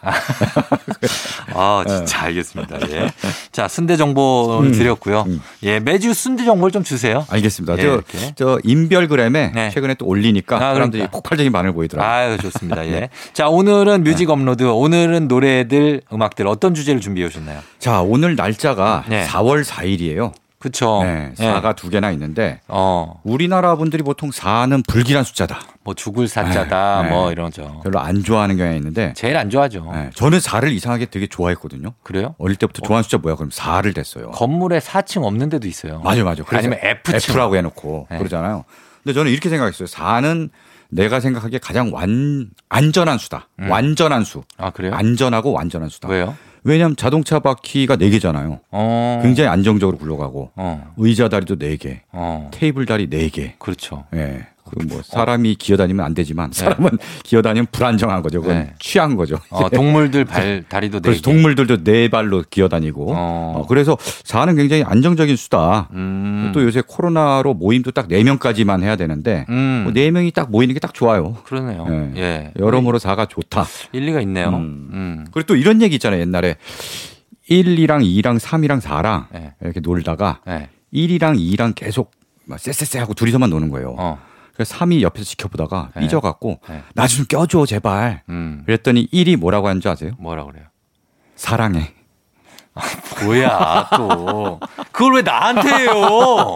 아, 진짜 알겠습니다. 예. 자, 순대 정보
음.
드렸고요.
음.
예, 매주 순대 정보를 좀 주세요.
알겠습니다.
예,
저,
이렇게.
저 인별그램에
네.
최근에 또 올리니까
아,
사람들이
그러니까.
폭발적인 반응을 보이더라고요.
아유, 좋습니다. 예.
네.
자, 오늘은 뮤직 업로드, 오늘은 노래들, 음악들 어떤 주제를 준비해 오셨나요?
자, 오늘 날짜가
네.
4월 4일이에요.
그쵸.
네,
예.
4가 두 개나 있는데
어,
우리나라 분들이 보통 4는 불길한 숫자다.
뭐 죽을 사자다,
네.
뭐 이런죠.
별로 안 좋아하는 경향이 있는데
제일 안 좋아하죠.
네, 저는 4를 이상하게 되게 좋아했거든요.
그래요?
어릴 때부터 좋아하는 숫자 뭐야? 그럼 4를 됐어요.
건물에 4층 없는 데도 있어요.
맞아요, 맞아요. 그래서
아니면 F층.
F라고 해놓고
네.
그러잖아요. 근데 저는 이렇게 생각했어요. 4는 내가 생각하기에 가장 완, 안전한 수다. 완전한 수.
아, 음. 그래요?
안전하고 완전한 수다.
왜요?
왜냐하면 자동차 바퀴가 4개잖아요.
어.
굉장히 안정적으로 굴러가고
어.
의자 다리도 4개,
어.
테이블 다리 4개.
그렇죠.
예. 그뭐 사람이 기어다니면 안 되지만 사람은 기어다니면 불안정한 거죠. 그건
네.
취한 거죠.
어, 동물들 발, 다리도 네
그래서
개.
동물들도 네 발로 기어다니고.
어.
어, 그래서 사는 굉장히 안정적인 수다.
음.
또 요새 코로나로 모임도 딱 네명까지만 해야 되는데
음.
뭐네명이딱 모이는 게 딱 좋아요.
그러네요.
예.
예.
여러모로 사가 좋다.
일리가 있네요.
음.
음.
그리고 또 이런 얘기 있잖아요. 옛날에 1이랑 2랑 3이랑 4랑
네.
이렇게 놀다가
네.
1이랑 2랑 계속 막 쎄쎄쎄 하고 둘이서만 노는 거예요.
어.
그래서 3이 옆에서 지켜보다가
네.
삐져갖고
네.
나 좀 껴줘 제발
음.
그랬더니 1이 뭐라고 하는 줄 아세요?
뭐라 그래요?
사랑해
뭐야, 또. 그걸 왜 나한테 해요?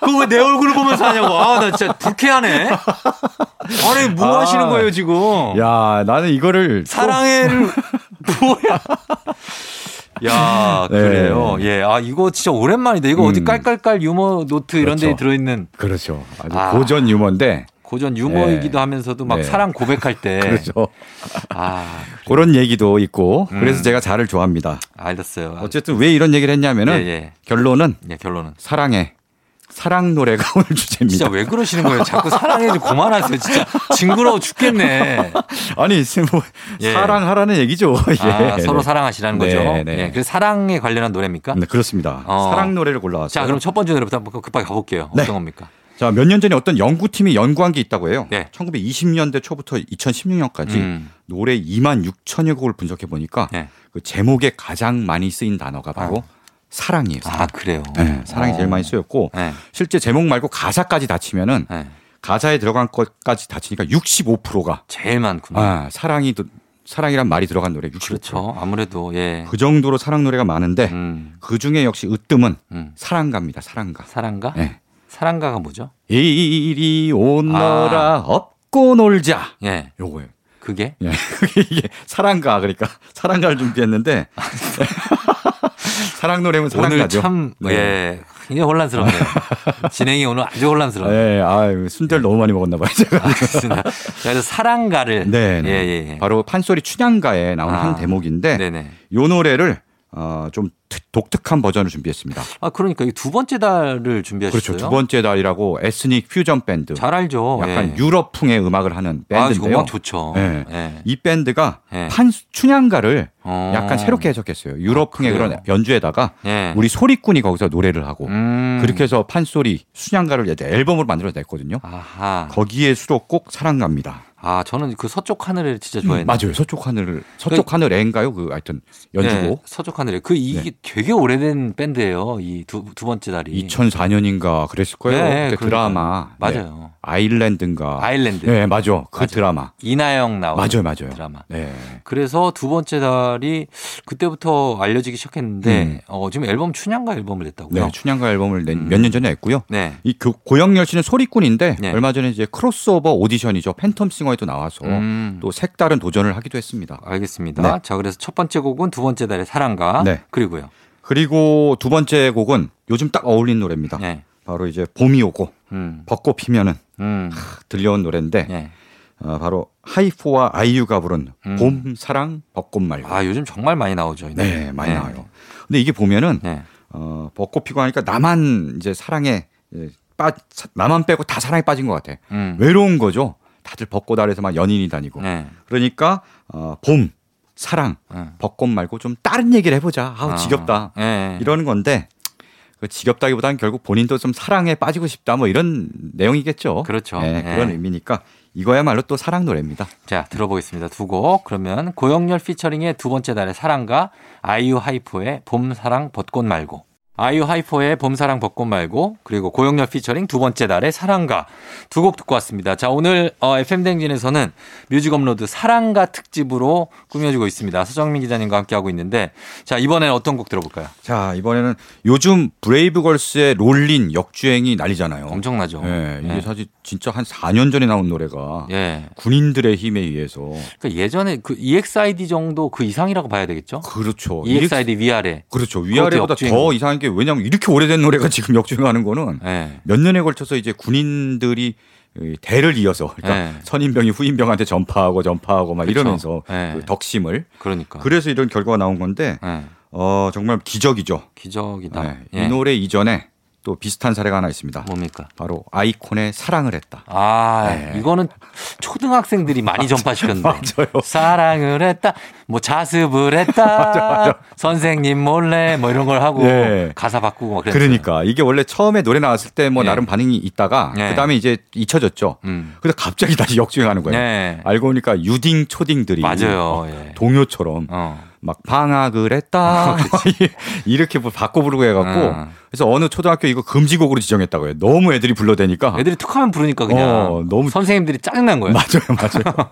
그걸 왜 내 얼굴을 보면서 하냐고. 아, 나 진짜 불쾌하네. 아니, 뭐
아.
하시는 거예요, 지금?
야 나는 이거를
어. 사랑해를 뭐야? 야
네.
그래요. 예, 아 이거 진짜 오랜만이다. 이거 어디
음.
깔깔깔 유머 노트 이런
그렇죠.
데 들어있는
또- 그렇죠 아주
아.
고전 유머인데
고전 유머이기도
네.
하면서도 막
네.
사랑 고백할 때.
그렇죠
아
그런 얘기도 있고
음.
그래서 제가 자를 좋아합니다
알았어요. 아,
어쨌든 왜 이런 얘기를 했냐면은
예, 예.
결론은
예, 결론은.
사랑해 사랑 노래가 오늘 주제입니다
진짜 왜 그러시는 거예요? 자꾸 사랑해 좀 그만하세요. 진짜 징그러워 죽겠네.
아니 뭐
예.
사랑하라는 얘기죠
아,
예.
서로 사랑하시라는 거죠.
네, 네.
예, 그래서 사랑에 관련한 노래입니까?
네, 그렇습니다
어.
사랑 노래를 골라왔어요
자, 그럼 첫 번째 노래부터 한번 급하게 가볼게요.
네.
어떤 겁니까?
자, 몇 년 전에 어떤 연구팀이 연구한 게 있다고 해요.
네.
1920년대 초부터 2016년까지
음.
노래 2만 6천여 곡을 분석해 보니까
네.
그 제목에 가장 많이 쓰인 단어가 바로 사랑이에요. 사랑.
아, 그래요.
네, 사랑이 제일
어.
많이 쓰였고
네.
실제 제목 말고 가사까지 다치면은
네.
가사에 들어간 것까지 다치니까 65%가
제일 많군요.
아, 사랑이 또- 사랑이란 말이 들어간 노래 65%.
음. 그렇죠. 아무래도 예.
그 정도로 사랑 노래가 많은데
음,
그 중에 역시 으뜸은
음.
사랑가입니다. 사랑가.
사랑가?
네.
사랑가가 뭐죠?
이리
아.
오너라 업고 놀자.
예.
요거예요.
그게
예. 그게 이게 사랑가 그러니까 사랑가를 준비했는데 사랑 노래면
오늘
사랑가죠.
참
네.
예. 굉장히 혼란스럽네요. 진행이 오늘 아주 혼란스러워요.
예, 아
네.
순대를 너무 많이 먹었나 봐요 제가.
그렇습니다. 자, 그래서 사랑가를
네, 네.
예, 예, 예.
바로 판소리 춘향가에 나온
아,
한 대목인데
네, 네.
요 노래를 어, 좀 특- 독특한 버전을 준비했습니다.
아, 그러니까 이 두 번째 달을 준비하셨어요.
그렇죠. 두 번째 달이라고 에스닉 퓨전 밴드.
잘 알죠.
약간
예.
유럽풍의 음악을 하는
아, 지금
밴드인데요.
음악 좋죠.
예.
예.
이 밴드가
예.
판 춘향가를
어. 아,
약간 새롭게 해석했어요. 유럽풍의
그래요?
그런 연주에다가
예.
우리 소리꾼이 거기서 노래를 하고
음.
그렇게 해서 판소리 순양가를 이제 앨범으로 만들어 냈거든요.
아하.
거기에 수록곡 사랑갑니다.
아, 저는 그 서쪽 하늘을 진짜 좋아했는데.
음, 맞아요. 서쪽 하늘을 서쪽 하늘인가요? 그 하여튼
네,
연주곡 네.
서쪽 하늘에 그 이게 되게 오래된 밴드예요. 이 두 두 번째 달이.
2004년인가 그랬을 거예요.
네,
그때
그러니까요.
드라마
맞아요.
네. 아일랜드인가.
아일랜드.
네, 맞아. 그 드라마.
이나영 나오는
맞아요, 맞아요.
드라마.
네.
그래서 두 번째 달이 그때부터 알려지기 시작했는데
음.
어, 지금 앨범 춘향가 앨범을 냈다고요.
네, 춘향가 앨범을
음.
몇 년 전에 냈고요.
네.
이 그, 고영열 씨는 소리꾼인데
네.
얼마 전에 이제 크로스오버 오디션이죠. 팬텀 싱어에도 나와서
음.
또 색다른 도전을 하기도 했습니다.
알겠습니다.
네.
자, 그래서 첫 번째 곡은 두 번째 달의 사랑가.
네.
그리고요.
그리고 두 번째 곡은 요즘 딱 어울린 노래입니다.
네.
바로 이제 봄이 오고
음.
벚꽃 피면은
음.
들려온 노래인데
네.
어, 바로 하이포와 아이유가 부른
음.
봄 사랑 벚꽃 말고
아, 요즘 정말 많이 나오죠. 이 노래.
네 많이 나와요. 근데 이게 보면은
네.
어, 벚꽃 피고 하니까 나만 이제 사랑에 이제 빠 사- 나만 빼고 다 사랑에 빠진 것 같아.
음.
외로운 거죠. 다들 벚꽃 아래서만 연인이 다니고
네.
그러니까 어, 봄 사랑
음.
벚꽃 말고 좀 다른 얘기를 해보자. 아우
아.
지겹다.
네.
이러는 건데 그 지겹다기보다는 결국 본인도 좀 사랑에 빠지고 싶다 뭐 이런 내용이겠죠.
그렇죠.
예,
예.
그런 의미니까 이거야말로 또 사랑 노래입니다.
자, 들어보겠습니다. 두 곡. 그러면 고영렬 피처링의 두 번째 달의 사랑가 아이유 하이포의 봄 사랑 벚꽃 말고 아이유 하이포의 봄 사랑 벚꽃 말고 그리고 고영렬 피처링 두 번째 달의 사랑가 두 곡 듣고 왔습니다. 자, 오늘 어, FM 댕진에서는 뮤직 업로드 사랑가 특집으로 꾸며지고 있습니다. 서정민 기자님과 함께 하고 있는데 자, 이번엔 어떤 곡 들어볼까요?
자 이번에는 요즘 브레이브걸스의 롤린 역주행이 난리잖아요.
엄청나죠.
예, 이게
예.
사실 진짜 한 4년 전에 나온 노래가
예.
군인들의 힘에 의해서
그러니까 예전에 그 EXID 정도 그 이상이라고 봐야 되겠죠? E
그렇죠.
EXID 위아래.
그렇죠. 위아래보다
역주행.
더 이상한 게 왜냐하면 이렇게 오래된 노래가 지금 역주행하는 거는
예.
몇 년에 걸쳐서 이제 군인들이 이 대를 이어서 그러니까
네.
선임병이 후임병한테 전파하고 전파하고 막
그렇죠.
이러면서
네.
그 덕심을
그러니까.
그래서 이런 결과가 나온 건데
예.
어 정말 기적이죠.
기적이다.
네.
예.
이 노래 이전에 또 비슷한 사례가 하나 있습니다.
뭡니까?
바로 아이콘의 사랑을 했다.
아,
네.
이거는 초등학생들이 많이 전파시켰는데.
맞아요.
사랑을 했다, 뭐 자습을 했다, 선생님 몰래 뭐 이런 걸 하고
예.
가사 바꾸고 막 그랬어요.
그러니까 이게 원래 처음에 노래 나왔을 때 뭐
예.
나름 반응이 있다가
예.
그다음에 이제 잊혀졌죠.
음.
근데 갑자기 다시 역주행하는 거예요.
네.
알고 보니까 유딩 초딩들이
맞아요.
막
예.
동요처럼
어.
막 방학을
아,
했다
그렇죠.
이렇게 뭐 바꿔 부르고 해갖고
음.
그래서 어느 초등학교 이거 금지곡으로 지정했다고 해요. 너무 애들이 불러대니까
어. 애들이 툭하면 부르니까 그냥
어, 너무-
선생님들이 짜증난 거예요.
맞아요, 맞아요.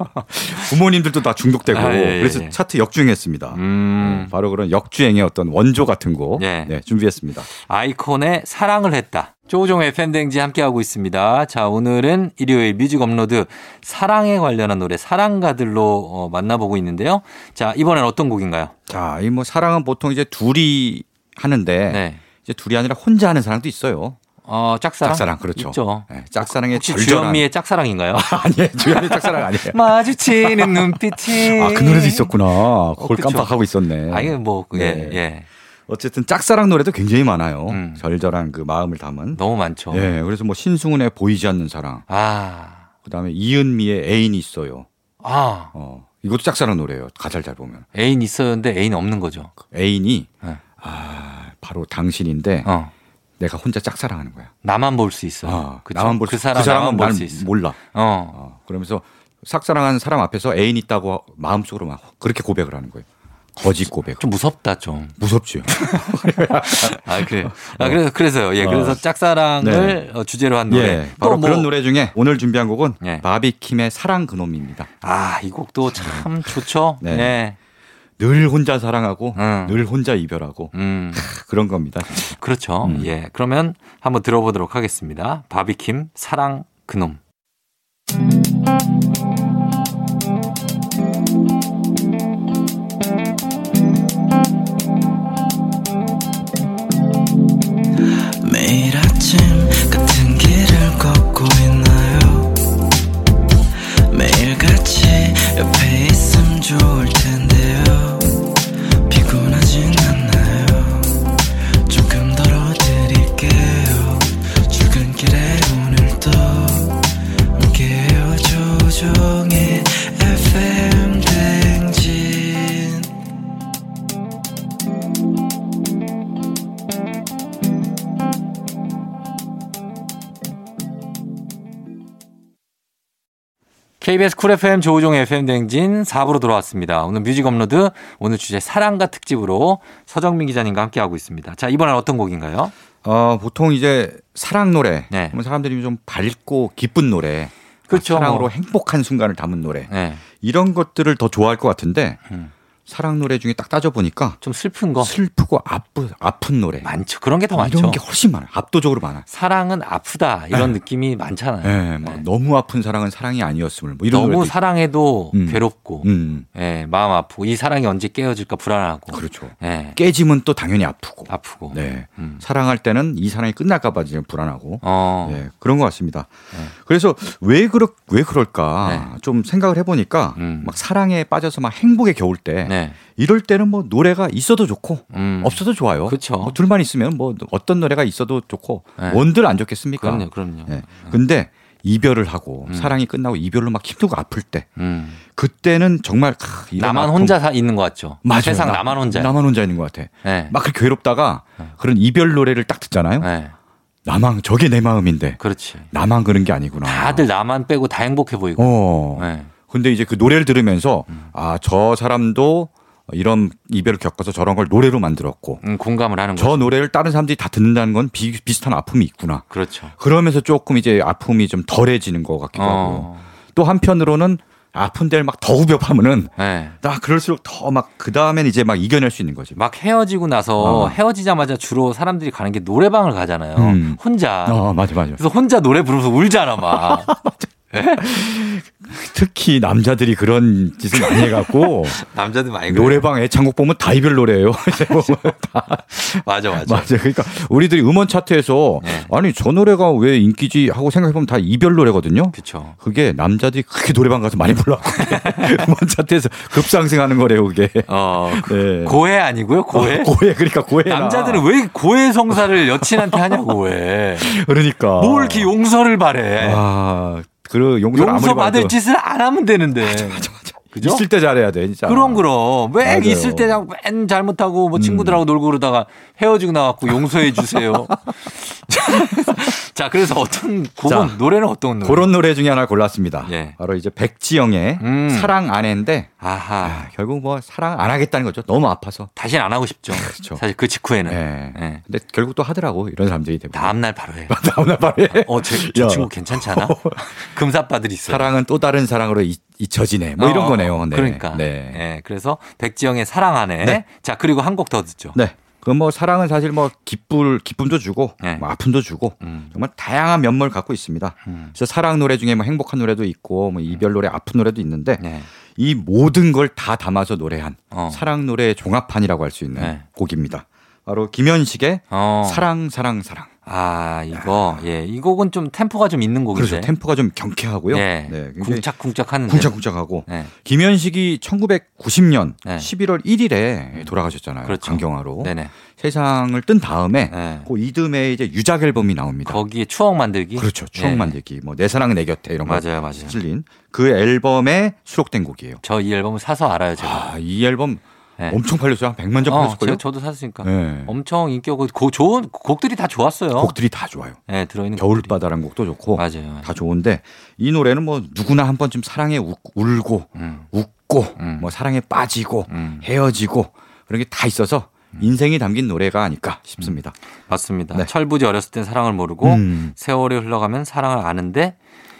부모님들도 다 중독되고
아, 예, 예,
그래서
예.
차트 역주행했습니다. 어,
음.
바로 그런 역주행의 어떤 원조 같은 거
예.
네, 준비했습니다.
아이콘의 사랑을 했다. 조종의 팬댕지 함께하고 있습니다. 자, 오늘은 일요일 뮤직 업로드 사랑에 관련한 노래 사랑가들로 어, 만나보고 있는데요. 자, 이번엔 어떤 곡인가요?
자, 이 뭐 사랑은 보통 이제 둘이 하는데
네.
이제 둘이 아니라 혼자 하는 사랑도 있어요.
어, 짝사랑.
짝사랑 그렇죠.
있죠.
네, 짝사랑의
혹시
절절한
주현미의 짝사랑인가요?
아니에요, 주현미 짝사랑 아니에요.
마주치는 눈빛이.
아, 그 노래도 있었구나. 그걸
네. 어, 그쵸.
깜빡하고 있었네.
아니, 뭐, 예,
네.
예.
어쨌든 짝사랑 노래도 굉장히 많아요.
음.
절절한 그 마음을 담은.
너무 많죠.
예, 그래서 뭐 신승훈의 보이지 않는 사랑,
아,
그다음에 이은미의 애인이 있어요.
아,
어, 이것도 짝사랑 노래예요. 가사를 잘 보면
애인 있었는데 애인 없는 거죠.
애인이
네.
아 바로 당신인데
어.
내가 혼자 짝사랑하는 거야.
나만 볼 수 있어.
아,
요
나만 볼수
그 사람
그 사람은
나만 볼
날
수 있어.
몰라.
어.
어, 그러면서 싹사랑하는 사람 앞에서 애인 있다고 마음속으로 막 그렇게 고백을 하는 거예요. 거짓 예, 고백.
좀 무섭다 좀.
무섭죠.
아 그래. 아 그래서 그래서요. 예. 그래서
어. 네.
짝사랑을 어, 주제로 한 노래. 뭐,
예, 바로 그런 노래 중에 오늘 준비한 곡은
예.
바비킴의 사랑 그놈입니다.
아이 곡도 참 좋죠.
네.
네.
늘 혼자 사랑하고
음.
늘 혼자 이별하고
음
그런 겁니다.
그렇죠.
음.
예. 그러면 한번 들어보도록 하겠습니다. 바비킴 사랑 그놈.
매일 아침 같은 길을 걷고 있나요 매일 같이 옆에 있음 좋을 텐데요 피곤하진 않나요 조금 덜어드릴게요 출근길에 오늘도 함께해요 조종의 FM 댕진
KBS 쿨 FM 조우종 FM 댕진 4부로 돌아왔습니다. 오늘 뮤직 업로드 오늘 주제 사랑과 특집으로 서정민 기자님과 함께하고 있습니다. 자 이번엔 어떤 곡인가요?
어, 보통 이제 사랑 노래
네.
그러면 사람들이 좀 밝고 기쁜 노래
그렇죠.
아, 사랑으로
뭐.
행복한 순간을 담은 노래
네.
이런 것들을 더 좋아할 것 같은데
음.
사랑 노래 중에 딱 따져보니까
좀 슬픈 거
슬프고 아프, 아픈 노래
많죠. 그런 게 더
이런
많죠.
게 훨씬 많아요 압도적으로 많아
사랑은 아프다 이런 느낌이
예,
많잖아요.
막
네.
너무 아픈 사랑은 사랑이 아니었음을 뭐 이런
너무
노래도
사랑해도
음.
괴롭고
있- 음,
예, 마음 아프고 이 사랑이 언제 깨어질까 불안하고
그렇죠
예,
깨짐은 또 당연히 아프고
아프고
네
음.
사랑할 때는 이 사랑이 끝날까봐 지금 불안하고
어,
예, 그런 것 같습니다.
네.
그래서 왜 그렇 왜 그럴까 좀 생각을 해보니까
음.
막 사랑에 빠져서 막 행복에 겨울 때
네,
이럴 때는 뭐 노래가 있어도 좋고
음.
없어도 좋아요.
그쵸.
뭐 둘만 있으면 뭐 어떤 노래가 있어도 좋고
네.
뭔들 안 좋겠습니까?
그럼요, 그럼요. 네.
예. 근데 이별을 하고
음.
사랑이 끝나고 이별로 막 힘들고 아플 때
음.
그때는 정말 아, 이런
나만
아픔-
혼자 사 있는 것 같죠.
맞아요.
세상
나-
나만 혼자. 네.
나만 혼자 있는 것 같아.
예,
막 그렇게 괴롭다가 그런 이별 노래를 딱 듣잖아요.
예,
나만 저게 내 마음인데
그렇지.
나만 그런 게 아니구나.
다들 나만 빼고 다 행복해 보이고.
어.
예.
근데 이제 그 노래를 들으면서 아 저 사람도 이런 이별을 겪어서 저런 걸 노래로 만들었고
음, 공감을 하는 거죠.
저 노래를 다른 사람들이 다 듣는다는 건 비, 비슷한 아픔이 있구나.
그렇죠.
그러면서 조금 이제 아픔이 좀 덜해지는 것 같기도 하고
어,
또 한편으로는 아픈 데를 막 더 후벼 파면은
예.
나 그럴수록 더 막 그 다음엔 이제 막 이겨낼 수 있는 거지.
막 헤어지고 나서
어.
헤어지자마자 주로 사람들이 가는 게 노래방을 가잖아요.
음.
혼자.
어 맞아 맞아.
그래서 혼자 노래 부르면서 울잖아 막.
특히 남자들이 그런 짓을 많이 해갖고
남자들 많이 그래.
노래방 애창곡 보면 다 이별 노래예요. 이제 뭐. 보면 다
맞아 맞아.
맞아요. 그러니까 우리들이 음원 차트에서
그렇죠. 네.
아니 저 노래가 왜 인기지 하고 생각해보면 다 이별 노래거든요.
그렇죠.
그게 남자들이 그렇게 노래방 가서 많이 불러 음원 차트에서 급상승하는 거래요 그게.
어
네.
고해 아니고요 고해.
고해 그러니까 고해.
남자들은 왜 고해 성사를 여친한테 하냐고 왜.
그러니까
뭘 이렇게 용서를 바래.
아, 그 용서
용서 받을 짓을 안 하면 되는데. 그죠?
있을 때 잘해야 돼 진짜.
그럼 그럼 왜
맞아요. 음.
있을 때맨 잘못하고 뭐 친구들하고 놀고 그러다가 헤어지고 나갖고 용서해 주세요. 자 그래서 어떤 곡은
자,
노래는 어떤 노래?
그런 노래 중에 하나 골랐습니다.
예.
바로 이제 백지영의
음.
사랑 아내인데
아하
아, 결국 뭐 사랑 안 하겠다는 거죠. 너무 아파서.
다시는 안 하고 싶죠.
그렇죠.
사실 그 직후에는
예.
예.
근데 결국 또 하더라고 이런 사람들이 대부분.
다음 날 바로 해.
다음날 밤에
어, 제, 저
야.
친구 괜찮지 않아? 금사빠들 있어요.
사랑은 또 다른 사랑으로 잊- 잊혀지네. 뭐 이런
어,
거네요. 네.
그러니까.
네.
예, 그래서 백지영의 사랑하네.
네.
자, 그리고 한 곡 더 듣죠.
네. 그 뭐 사랑은 사실 뭐 기쁠 기쁨도 주고
네.
뭐 아픔도 주고
음.
정말 다양한 면모를 갖고 있습니다.
음.
그래서 사랑 노래 중에 뭐 행복한 노래도 있고 뭐 이별 노래, 아픈 노래도 있는데
네.
이 모든 걸 다 담아서 노래한
어.
사랑 노래의 종합판이라고 할 수 있는
네.
곡입니다. 바로 김현식의
어.
사랑 사랑 사랑.
아, 이거. 예. 이 곡은 좀 템포가 좀 있는 곡인데.
그렇죠. 템포가 좀 경쾌하고요.
뭐
네,
예.
굉장히
쿵짝쿵짝 하는데.
쿵짝쿵짝하고
네.
김현식이 1990년
네.
11월 1일에 돌아가셨잖아요.
그렇죠.
강경화로
네네.
세상을 뜬 다음에
네.
그 이듬해 이제 유작 앨범이 나옵니다.
거기에 추억 만들기.
그렇죠. 추억
네.
만들기, 뭐 내 사랑 내 곁에 이런 거
맞아요, 맞아요.
실린 그 앨범에 수록된 곡이에요.
저 이 앨범을 사서 알아요, 제가.
아, 이 앨범
네.
엄청 팔렸어요. 한 100만 장
어,
팔렸을걸요.
제가 저도 샀으니까.
네.
엄청 인기고 고, 좋은 곡들이 다 좋았어요.
곡들이 다 좋아요.
예, 들어 있는
겨울바다라는 곡도 좋고
맞아요.
다 좋은데 이 노래는 뭐 누구나 한 번쯤 사랑에 우- 울고
음.
웃고
음.
뭐 사랑에 빠지고
음.
헤어지고 그런 게 다 있어서 인생이 담긴 노래가 아닐까 싶습니다.
맞습니다.
네.
철부지 어렸을 땐 사랑을 모르고
음.
세월이 흘러가면 사랑을 아는데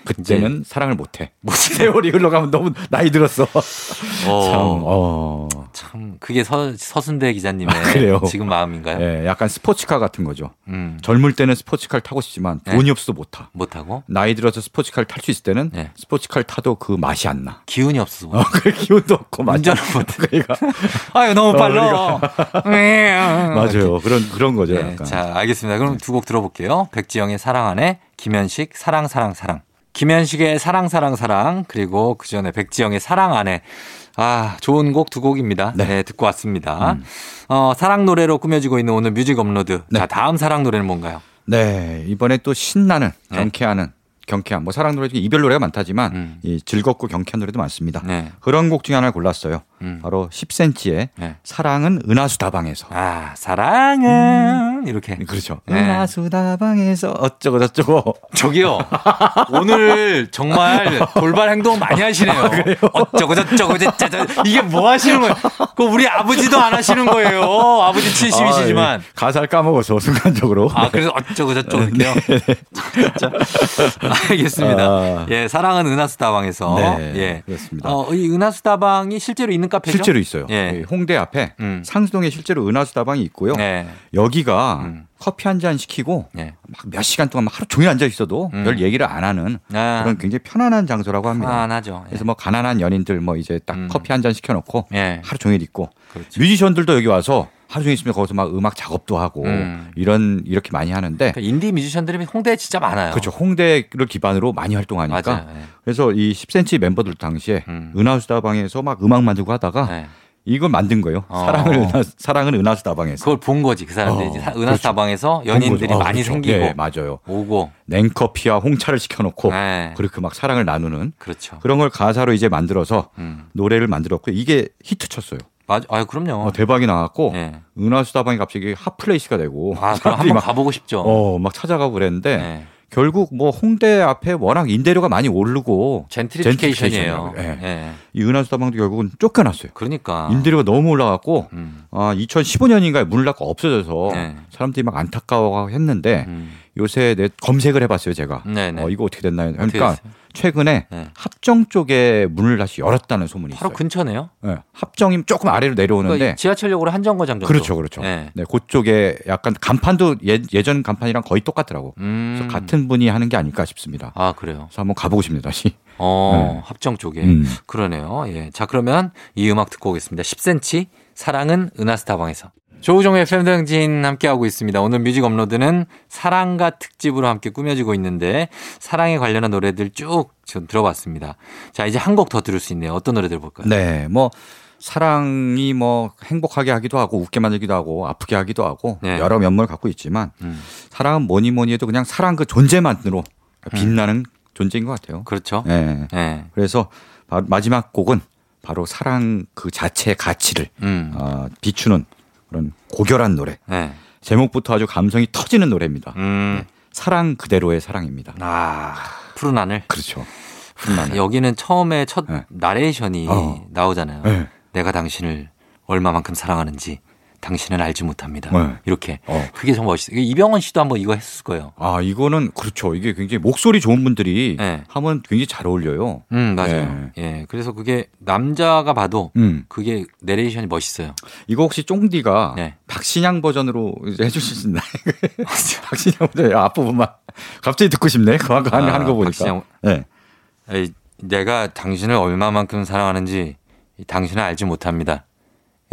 그때는 사랑을 못해. 세월이 흘러가면 너무 나이 들었어. 참,
어,
어.
참 그게 서, 서순대 기자님의
아, 그래요?
지금 마음인가요?
예, 약간 스포츠카 같은 거죠.
음,
젊을 때는 스포츠카를 타고 싶지만 돈이
네.
없어서 못 타.
못하고
나이 들어서 스포츠카를 탈 수 있을 때는
네.
스포츠카를 타도 그 맛이 안 나.
기운이 없어서
어,
못
그 기운도 없고 맛이 안
운전을 못해.
나. 그러니까
아유 너무 빨라. 음.
맞아요. 그런 그런 거죠.
네,
약간.
자 알겠습니다. 그럼 두 곡 들어볼게요. 백지영의 사랑하네, 김현식 사랑 사랑 사랑. 김현식의 사랑 사랑 사랑 그리고 그 전에 백지영의 사랑 안에 아 좋은 곡 두 곡입니다. 네.
네. 음.
듣고 왔습니다. 어 사랑 노래로 꾸며지고 있는 오늘 뮤직 업로드.
네.
자 다음 사랑 노래는 뭔가요?
네 이번에 또 신나는
네.
경쾌하는 경쾌한 뭐 사랑 노래 중에 이별 노래가 많다지만
음.
이 즐겁고 경쾌한 노래도 많습니다.
네.
그런 곡 중에 하나를 골랐어요.
음.
바로 10cm의
네.
사랑은 은하수다방에서.
아, 사랑은 이렇게.
그렇죠.
네.
은하수다방에서 어쩌고 저쩌고.
저기요. 오늘 정말 돌발 행동 많이
아,
하시네요.
어쩌고 저쩌고 저쩌고 이게 뭐 하시는 거예요?
그 우리 아버지도 안 하시는 거예요. 아버지 70이시지만.
아, 네. 예. 가사를 까먹어서 순간적으로. 네.
아, 그래서 어쩌고 저쩌고 이렇게요? 진짜. 알겠습니다.
아.
예, 사랑은 은하수다방에서.
네,
예.
그렇습니다.
어, 이 은하수다방이 실제로 있는 카페죠?
실제로 있어요.
예.
예, 홍대 앞에
음.
상수동에 실제로 은하수다방이 있고요.
예.
여기가
음.
커피 한 잔 시키고
예.
막 몇 시간 동안 막 하루 종일 앉아 있어도
음.
별 얘기를 안 하는
아.
그런 굉장히 편안한 장소라고 합니다.
편안하죠. 예.
그래서 뭐 가난한 연인들 뭐 이제 딱
음.
커피 한 잔 시켜놓고
예.
하루 종일 있고
그렇죠.
뮤지션들도 여기 와서 하루 종일 있으면 거기서 막 음악 작업도 하고
음.
이런 이렇게 많이 하는데
그러니까 인디 뮤지션들이 홍대에 진짜 많아요.
그렇죠 홍대를 기반으로 많이 활동하니까
맞아요. 예.
그래서 이 10cm 멤버들 당시에
음.
은하수다방에서 막 음악 만들고 하다가
예.
이걸 만든 거예요.
어.
사랑을 은하, 사랑은 은하수다방에서
그걸 본 거지. 그 사람들이
어,
이제
그렇죠.
은하수다방에서 연인들이
본 거죠. 아,
많이
그렇죠.
생기고
예, 맞아요.
오고.
냉커피와 홍차를 시켜놓고
네.
그렇게 막 사랑을 나누는
그렇죠.
그런 걸 가사로 이제 만들어서
음.
노래를 만들었고 이게 히트쳤어요.
맞아. 아, 그럼요.
어, 대박이 나왔고
예.
은하수다방이 갑자기 핫플레이스가 되고
아, 그럼
사람들이
한번
막,
가보고 싶죠.
어, 막 찾아가고 그랬는데
예.
결국 뭐 홍대 앞에 워낙 인대료가 많이 오르고
젠트리피케이션이에요.
젠트리피케이션이라고. 예.
예.
이 은하수다방도 결국은 쫓겨났어요.
그러니까.
인대료가 너무 올라갔고
음.
아, 2015년인가에 문을 닫고 없어져서
네.
사람들이 막 안타까워하고 했는데
음.
요새 내 검색을 해봤어요 제가.
네네.
어, 이거 어떻게 됐나 요
어떻게
그러니까
됐어요?
최근에
네.
합정 쪽에 문을 다시 열었다는 소문이
바로
있어요.
근처네요.
예, 합정이면 조금 아래로
그러니까
내려오는데
지하철역으로 한정거장 정도.
그렇죠, 그렇죠.
예.
네, 그쪽에 약간 간판도 예, 예전 간판이랑 거의 똑같더라고.
음.
그래서 같은 분이 하는 게 아닐까 싶습니다.
아 그래요.
그래서 한번 가보고 싶네요 다시.
어
네.
합정 쪽에
음.
그러네요. 예. 자 그러면 이 음악 듣고 오겠습니다. 10cm 사랑은 은하스타방에서 조우종의 팬댕진 함께하고 있습니다. 오늘 뮤직 업로드는 사랑가 특집으로 함께 꾸며지고 있는데 사랑에 관련한 노래들 쭉좀 들어봤습니다. 자 이제 한 곡 더 들을 수 있네요. 어떤 노래 들어볼까요?
네, 뭐 사랑이 뭐 행복하게 하기도 하고 웃게 만들기도 하고 아프게 하기도 하고
네.
여러 면모를 갖고 있지만
음.
사랑은 뭐니 뭐니 해도 그냥 사랑 그 존재만으로 그러니까 빛나는 존재인 것 같아요.
음. 그렇죠.
네.
예.
그래서 바로 마지막 곡은 바로 사랑 그 자체의 가치를
음.
어, 비추는 그런 고결한 노래.
예.
제목부터 아주 감성이 터지는 노래입니다.
음.
사랑 그대로의 사랑입니다.
아 푸른 하늘.
그렇죠.
여기는 처음에 첫
네.
나레이션이
어.
나오잖아요.
네.
내가 당신을 얼마만큼 사랑하는지 당신은 알지 못합니다.
네.
이렇게.
어.
그게 정말 멋있어요. 이병헌 씨도 한번 이거 했을 거예요.
아 이거는 그렇죠. 이게 굉장히 목소리 좋은 분들이
네.
하면 굉장히 잘 어울려요.
음,
네.
맞아요. 예. 그래서 그게 남자가 봐도
음
그게 내레이션이 멋있어요.
이거 혹시 쫑디가
네. 박신양
박신양 버전으로 이제 해주실 수 있나요? 박신양 버전 앞부분만 갑자기 듣고 싶네. 그 아까
아,
하는 거 보니까.
박신양.
네.
에이, 내가 당신을 얼마만큼 사랑하는지 당신은 알지 못합니다.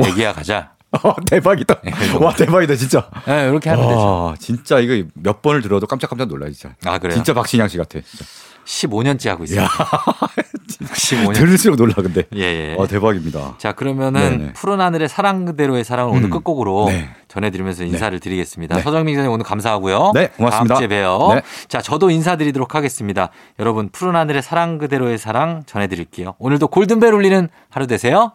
얘기야 가자.
어, 대박이다. 와 네, 대박이다 진짜.
예, 네, 이렇게 하면 되죠.
와 진짜 이거 몇 번을 들어도 깜짝깜짝 놀라 진짜.
아, 그래요?
진짜 박신양 씨 같아. 진짜.
15년째 하고 있어요. 15년.
들을수록 놀라 근데.
예, 예.
와 대박입니다.
자 그러면은
네네.
푸른 하늘의 사랑 그대로의 사랑을 오늘
음.
끝곡으로
네.
전해드리면서 인사를 드리겠습니다.
네.
서정민 기자님 오늘 감사하고요.
네, 고맙습니다.
다음 주에 봬요.
네.
자 저도 인사드리도록 하겠습니다. 여러분 푸른 하늘의 사랑 그대로의 사랑 전해드릴게요. 오늘도 골든벨 울리는 하루 되세요.